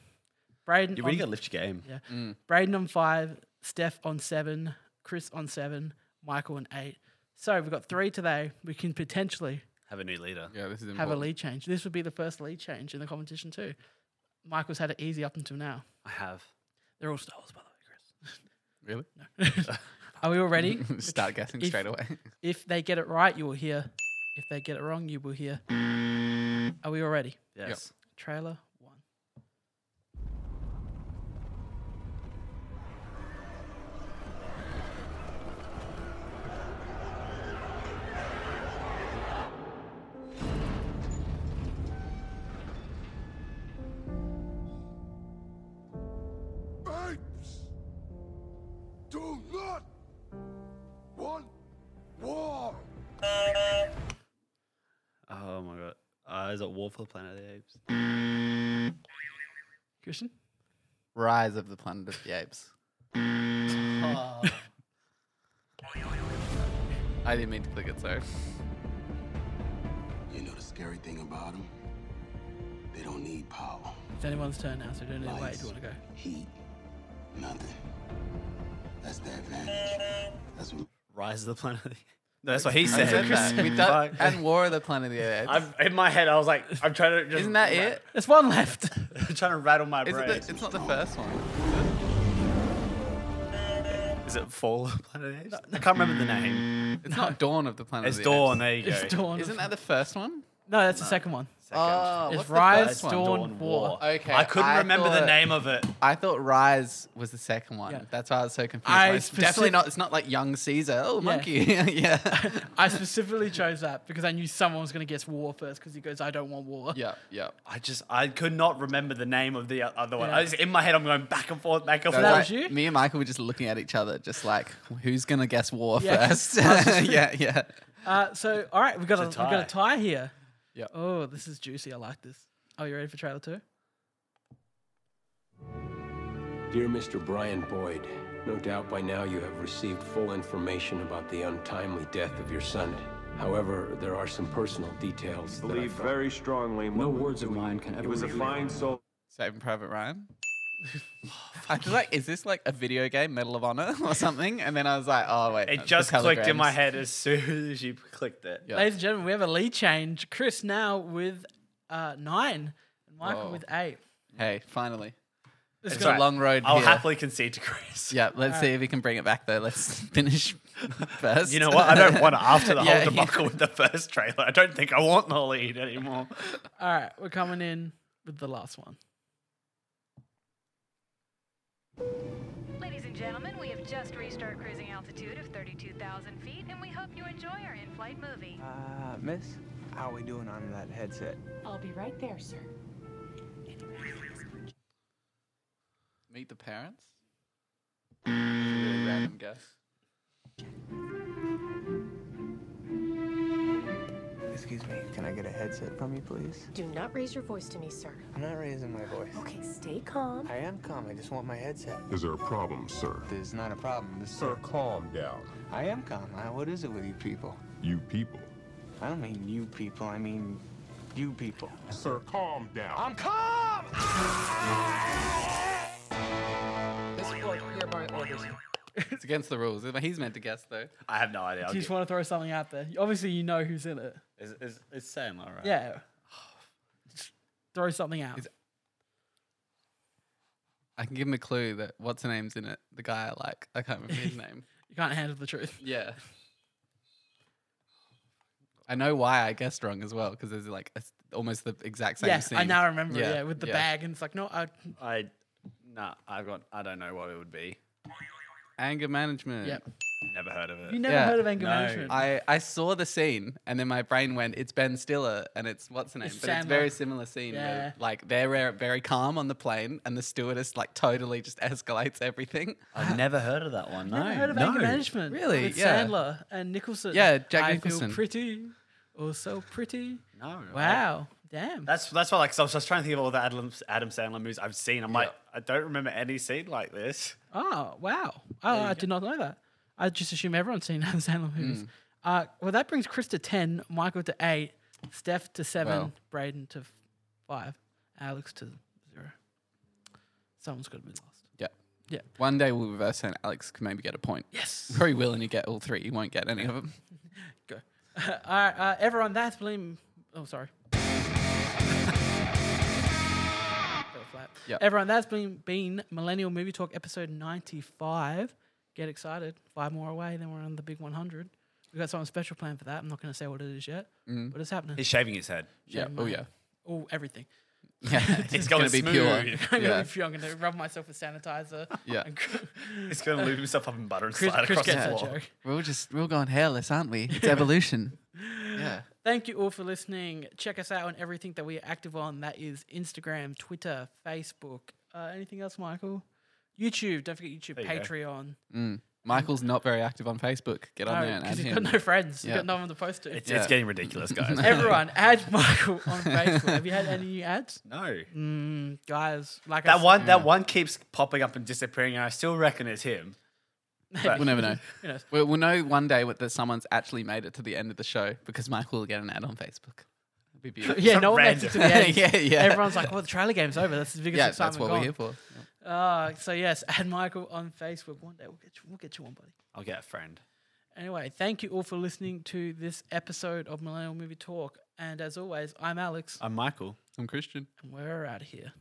[SPEAKER 1] Braden,
[SPEAKER 2] You really got
[SPEAKER 1] on,
[SPEAKER 2] to lift your game.
[SPEAKER 1] yeah. Braden on five, Steph on seven, Chris on seven, Michael on eight. So we've got three today. We can potentially
[SPEAKER 2] Have a new leader.
[SPEAKER 3] yeah, this is
[SPEAKER 1] have a
[SPEAKER 3] important.
[SPEAKER 1] lead change. This would be the first lead change in the competition too. Michael's had it easy up until now.
[SPEAKER 2] I have.
[SPEAKER 1] They're all Star Wars, by the way, Chris.
[SPEAKER 3] Really?
[SPEAKER 1] Are we all ready?
[SPEAKER 3] Start guessing
[SPEAKER 1] If-
[SPEAKER 3] straight away.
[SPEAKER 1] if they get it right, you will hear. If they get it wrong, you will hear. Are we all ready?
[SPEAKER 2] Yes.
[SPEAKER 1] Trailer one.
[SPEAKER 8] Apes do not want war.
[SPEAKER 2] Oh my god. Uh, is it War for the Planet of the Apes?
[SPEAKER 1] Christian?
[SPEAKER 3] Rise of the Planet of the Apes. I didn't mean to click it, sorry.
[SPEAKER 9] You know the scary thing about them? They don't need power,
[SPEAKER 1] It's anyone's turn now, so don't need to wait. Do you want to go?
[SPEAKER 9] heat, nothing. That's their advantage. That's what
[SPEAKER 2] Rise of the Planet of the Apes. No, that's what he
[SPEAKER 3] I
[SPEAKER 2] said.
[SPEAKER 3] said that. We done-
[SPEAKER 2] Fuck.
[SPEAKER 3] and War of the Planet of the Apes.
[SPEAKER 2] I'm, in my head, I was like, I'm trying to. Just
[SPEAKER 3] Isn't that it?
[SPEAKER 1] There's one left.
[SPEAKER 2] I'm trying to rattle my
[SPEAKER 3] Is it
[SPEAKER 2] brain.
[SPEAKER 3] the, it's not the first one.
[SPEAKER 2] Is it Fall of Planet of the Apes? I can't remember the name.
[SPEAKER 3] It's not Dawn of the Planet
[SPEAKER 2] It's
[SPEAKER 3] of the
[SPEAKER 2] Dawn.
[SPEAKER 3] Apes.
[SPEAKER 2] There you go.
[SPEAKER 1] It's Dawn. eh?
[SPEAKER 3] Isn't that the first one?
[SPEAKER 1] No, that's the second one.
[SPEAKER 2] Second.
[SPEAKER 3] Oh,
[SPEAKER 1] It's
[SPEAKER 3] what's the
[SPEAKER 1] Rise,
[SPEAKER 3] first one?
[SPEAKER 1] Dawn- War.
[SPEAKER 3] Okay,
[SPEAKER 2] I couldn't
[SPEAKER 3] I
[SPEAKER 2] remember the
[SPEAKER 3] thought-
[SPEAKER 2] name of it.
[SPEAKER 3] I thought Rise was the second one.
[SPEAKER 1] Yeah.
[SPEAKER 3] That's why I was so confused.
[SPEAKER 1] I
[SPEAKER 3] Like, it's definitely
[SPEAKER 1] specif-
[SPEAKER 3] not. It's not like Young Caesar. Oh, monkey. yeah.
[SPEAKER 1] I specifically chose that because I knew someone was going to guess war first because he goes, I don't want war.
[SPEAKER 3] yeah. Yeah.
[SPEAKER 2] I just, I could not remember the name of the o- other one.
[SPEAKER 1] Yeah.
[SPEAKER 2] I just, in my head, I'm going back and forth, back and
[SPEAKER 3] So
[SPEAKER 2] forth.
[SPEAKER 1] that
[SPEAKER 3] like,
[SPEAKER 1] was you?
[SPEAKER 3] Me and Michael were just looking at each other, just like, who's gonna guess war
[SPEAKER 1] Yeah.
[SPEAKER 3] first? yeah. Yeah.
[SPEAKER 1] Uh, so, all right, we've got, a,
[SPEAKER 2] It's a
[SPEAKER 1] we've got a tie here.
[SPEAKER 3] Yep.
[SPEAKER 1] Oh, this is juicy. I like this. Are you ready for trailer two?
[SPEAKER 9] Dear Mr. Brian Boyd,
[SPEAKER 11] No doubt by now you have received full information about the untimely death of your son. However, there are some personal details that I
[SPEAKER 12] Believe
[SPEAKER 11] felt-
[SPEAKER 12] very strongly. in
[SPEAKER 9] No
[SPEAKER 12] what we
[SPEAKER 9] words
[SPEAKER 12] were
[SPEAKER 9] of
[SPEAKER 12] doing.
[SPEAKER 9] mine can ever
[SPEAKER 12] He was a
[SPEAKER 9] reveal.
[SPEAKER 12] fine soul.
[SPEAKER 3] Saving Private Ryan. I was like, is this like a video game, Medal of Honor or something? And then I was like, oh wait,
[SPEAKER 2] It
[SPEAKER 3] the
[SPEAKER 2] just clicked in my
[SPEAKER 3] holograms.
[SPEAKER 2] head as soon as you clicked it.
[SPEAKER 3] Yeah.
[SPEAKER 1] Ladies and gentlemen, we have a lead change. Chris now with uh, nine, and Michael
[SPEAKER 3] Whoa.
[SPEAKER 1] with eight.
[SPEAKER 3] Hey, finally.
[SPEAKER 1] It's
[SPEAKER 3] It's a long road.
[SPEAKER 2] I'll
[SPEAKER 3] here.
[SPEAKER 2] happily concede to Chris.
[SPEAKER 3] Yeah, let's see if we can bring it back though. Let's finish first.
[SPEAKER 2] Uh, You know what? I don't want to after the
[SPEAKER 3] Yeah, yeah.
[SPEAKER 2] whole debacle with the first trailer. I don't think I want the lead anymore.
[SPEAKER 1] All right, we're coming in with the last one.
[SPEAKER 13] Ladies and gentlemen, we have just reached our cruising altitude of 32,000 feet, and we hope you enjoy our in-flight movie.
[SPEAKER 14] Uh, miss, how we doing on that headset?
[SPEAKER 6] I'll be right there, sir.
[SPEAKER 3] Meet the parents. Really random guess.
[SPEAKER 14] Excuse me, can I get a headset from you, please?
[SPEAKER 15] Do not raise your voice to me, sir.
[SPEAKER 14] I'm not raising my voice.
[SPEAKER 15] Okay, stay calm.
[SPEAKER 14] I am calm, I just want my headset.
[SPEAKER 8] Is there a problem, sir?
[SPEAKER 14] There's not a problem. This
[SPEAKER 8] Sir, calm down.
[SPEAKER 14] I am calm. I, what is it with you people?
[SPEAKER 8] You people.
[SPEAKER 14] I don't mean you people, I mean you people.
[SPEAKER 8] Sir, calm down.
[SPEAKER 14] I'm calm!
[SPEAKER 9] This flight hereby orders.
[SPEAKER 3] It's against the rules. He's meant to guess though.
[SPEAKER 2] I have no idea. I'll
[SPEAKER 1] Do you just
[SPEAKER 2] get-
[SPEAKER 1] want to throw something out there? Obviously, you know who's in it.
[SPEAKER 2] Is, is, is Sam all right?
[SPEAKER 1] Yeah. Just throw something out.
[SPEAKER 3] I can give him a clue that what's her name's in it. The guy I like. I can't remember his name.
[SPEAKER 1] You can't handle the truth.
[SPEAKER 3] Yeah. I know why I guessed wrong as well because there's like a s almost the exact same.
[SPEAKER 1] yes, I
[SPEAKER 3] scene.
[SPEAKER 1] now remember. Yeah, with the bag, and it's like, no, I,
[SPEAKER 2] I, nah, I've got, I don't know what it would be.
[SPEAKER 3] Anger management.
[SPEAKER 1] Yep.
[SPEAKER 2] Never heard of it.
[SPEAKER 1] You never heard of anger management?
[SPEAKER 3] I, I saw the scene and then my brain went, it's Ben Stiller and it's what's the name?
[SPEAKER 1] It's
[SPEAKER 3] but it's
[SPEAKER 1] Sandler.
[SPEAKER 3] very similar scene. where,
[SPEAKER 1] Yeah.
[SPEAKER 3] like they're re- very calm on the plane and the stewardess like totally just escalates everything.
[SPEAKER 2] I've never heard of that one. No.
[SPEAKER 1] never heard of
[SPEAKER 2] no.
[SPEAKER 1] anger management.
[SPEAKER 3] Really?
[SPEAKER 1] With
[SPEAKER 3] Yeah.
[SPEAKER 1] Sandler and Nicholson.
[SPEAKER 3] Yeah, Jack
[SPEAKER 1] I
[SPEAKER 3] Nicholson.
[SPEAKER 1] feel pretty. Oh, so pretty.
[SPEAKER 2] No.
[SPEAKER 1] Wow. Damn.
[SPEAKER 2] That's that's why. Like, 'cause I was just trying to think of all the Adam, Adam Sandler movies I've seen. I'm like, I don't remember any scene like this.
[SPEAKER 1] Oh, wow. Oh, I did not know that. I just assume everyone's seen Adam Sandler movies. Uh, well, that brings Chris to 10, Michael to 8, Steph to 7,
[SPEAKER 3] Wow.
[SPEAKER 1] Braden to 5, Alex to 0. Someone's got to be lost.
[SPEAKER 3] Yeah.
[SPEAKER 1] Yeah.
[SPEAKER 3] One day we'll reverse and Alex can maybe get a point.
[SPEAKER 1] Yes.
[SPEAKER 3] Probably will and you get all three. You won't get any of them.
[SPEAKER 1] Go. All right, uh, everyone, that's Blim. Oh, sorry. Fell flat.
[SPEAKER 3] Yep.
[SPEAKER 1] Everyone, that's been, been Millennial Movie Talk episode 95. Get excited. Five more away, then we're on the big 100. We've got something special planned for that. I'm not going to say what it is yet,
[SPEAKER 2] Mm-hmm.
[SPEAKER 1] but it's happening.
[SPEAKER 2] He's shaving his head.
[SPEAKER 3] Yeah.
[SPEAKER 1] Shaving my
[SPEAKER 3] Oh, yeah.
[SPEAKER 1] head. Oh, everything.
[SPEAKER 3] Yeah. It's,
[SPEAKER 2] going
[SPEAKER 3] gonna be pure.
[SPEAKER 2] smooth.
[SPEAKER 1] I'm
[SPEAKER 3] Yeah.
[SPEAKER 1] going to be I'm going to rub myself with sanitizer.
[SPEAKER 3] Yeah.
[SPEAKER 1] And Chris,
[SPEAKER 2] He's going to lube himself up in butter and
[SPEAKER 1] Chris
[SPEAKER 2] slide
[SPEAKER 1] Chris
[SPEAKER 2] across
[SPEAKER 1] gets
[SPEAKER 2] the
[SPEAKER 1] that
[SPEAKER 2] floor.
[SPEAKER 1] joke.
[SPEAKER 3] We're all just, we're all going hairless, aren't we? It's evolution. yeah.
[SPEAKER 1] Thank you all for listening. Check us out on everything that we are active on. That is Instagram, Twitter, Facebook. Uh, anything else, Michael? YouTube. Don't forget YouTube,
[SPEAKER 2] There you go.
[SPEAKER 1] Patreon.
[SPEAKER 3] Mm. Michael's not very active on Facebook. Get on there and add
[SPEAKER 1] because he's
[SPEAKER 3] him.
[SPEAKER 1] got no friends. He's
[SPEAKER 3] Yeah.
[SPEAKER 1] got no one to post to.
[SPEAKER 2] It's,
[SPEAKER 3] Yeah.
[SPEAKER 2] it's getting ridiculous, guys.
[SPEAKER 1] Everyone, add Michael on Facebook. Have you had any new ads?
[SPEAKER 2] no.
[SPEAKER 1] Mm, guys, like I
[SPEAKER 2] That
[SPEAKER 1] said-
[SPEAKER 2] one, that one keeps popping up and disappearing, and I still reckon it's him. But
[SPEAKER 3] We'll never know.
[SPEAKER 1] Who knows?
[SPEAKER 3] We'll, we'll know one day what, that someone's actually made it to the end of the show because Michael will get an ad on Facebook. It'd be beautiful.
[SPEAKER 1] Yeah,
[SPEAKER 2] Some
[SPEAKER 1] no one makes it to the
[SPEAKER 3] random-
[SPEAKER 1] end.
[SPEAKER 3] Yeah, yeah.
[SPEAKER 1] Everyone's like, "Well, the trailer game's over. That's the biggest
[SPEAKER 3] yeah,
[SPEAKER 1] excitement
[SPEAKER 3] that's what
[SPEAKER 1] gone.
[SPEAKER 3] we're here for.
[SPEAKER 1] Uh, so yes, add Michael on Facebook. One day we'll get you, we'll get you one, buddy.
[SPEAKER 2] I'll get a friend.
[SPEAKER 1] Anyway, thank you all for listening to this episode of Millennial Movie Talk. And as always, I'm Alex,
[SPEAKER 2] Uh, I'm Michael.
[SPEAKER 3] I'm Christian.
[SPEAKER 1] and we're out of here.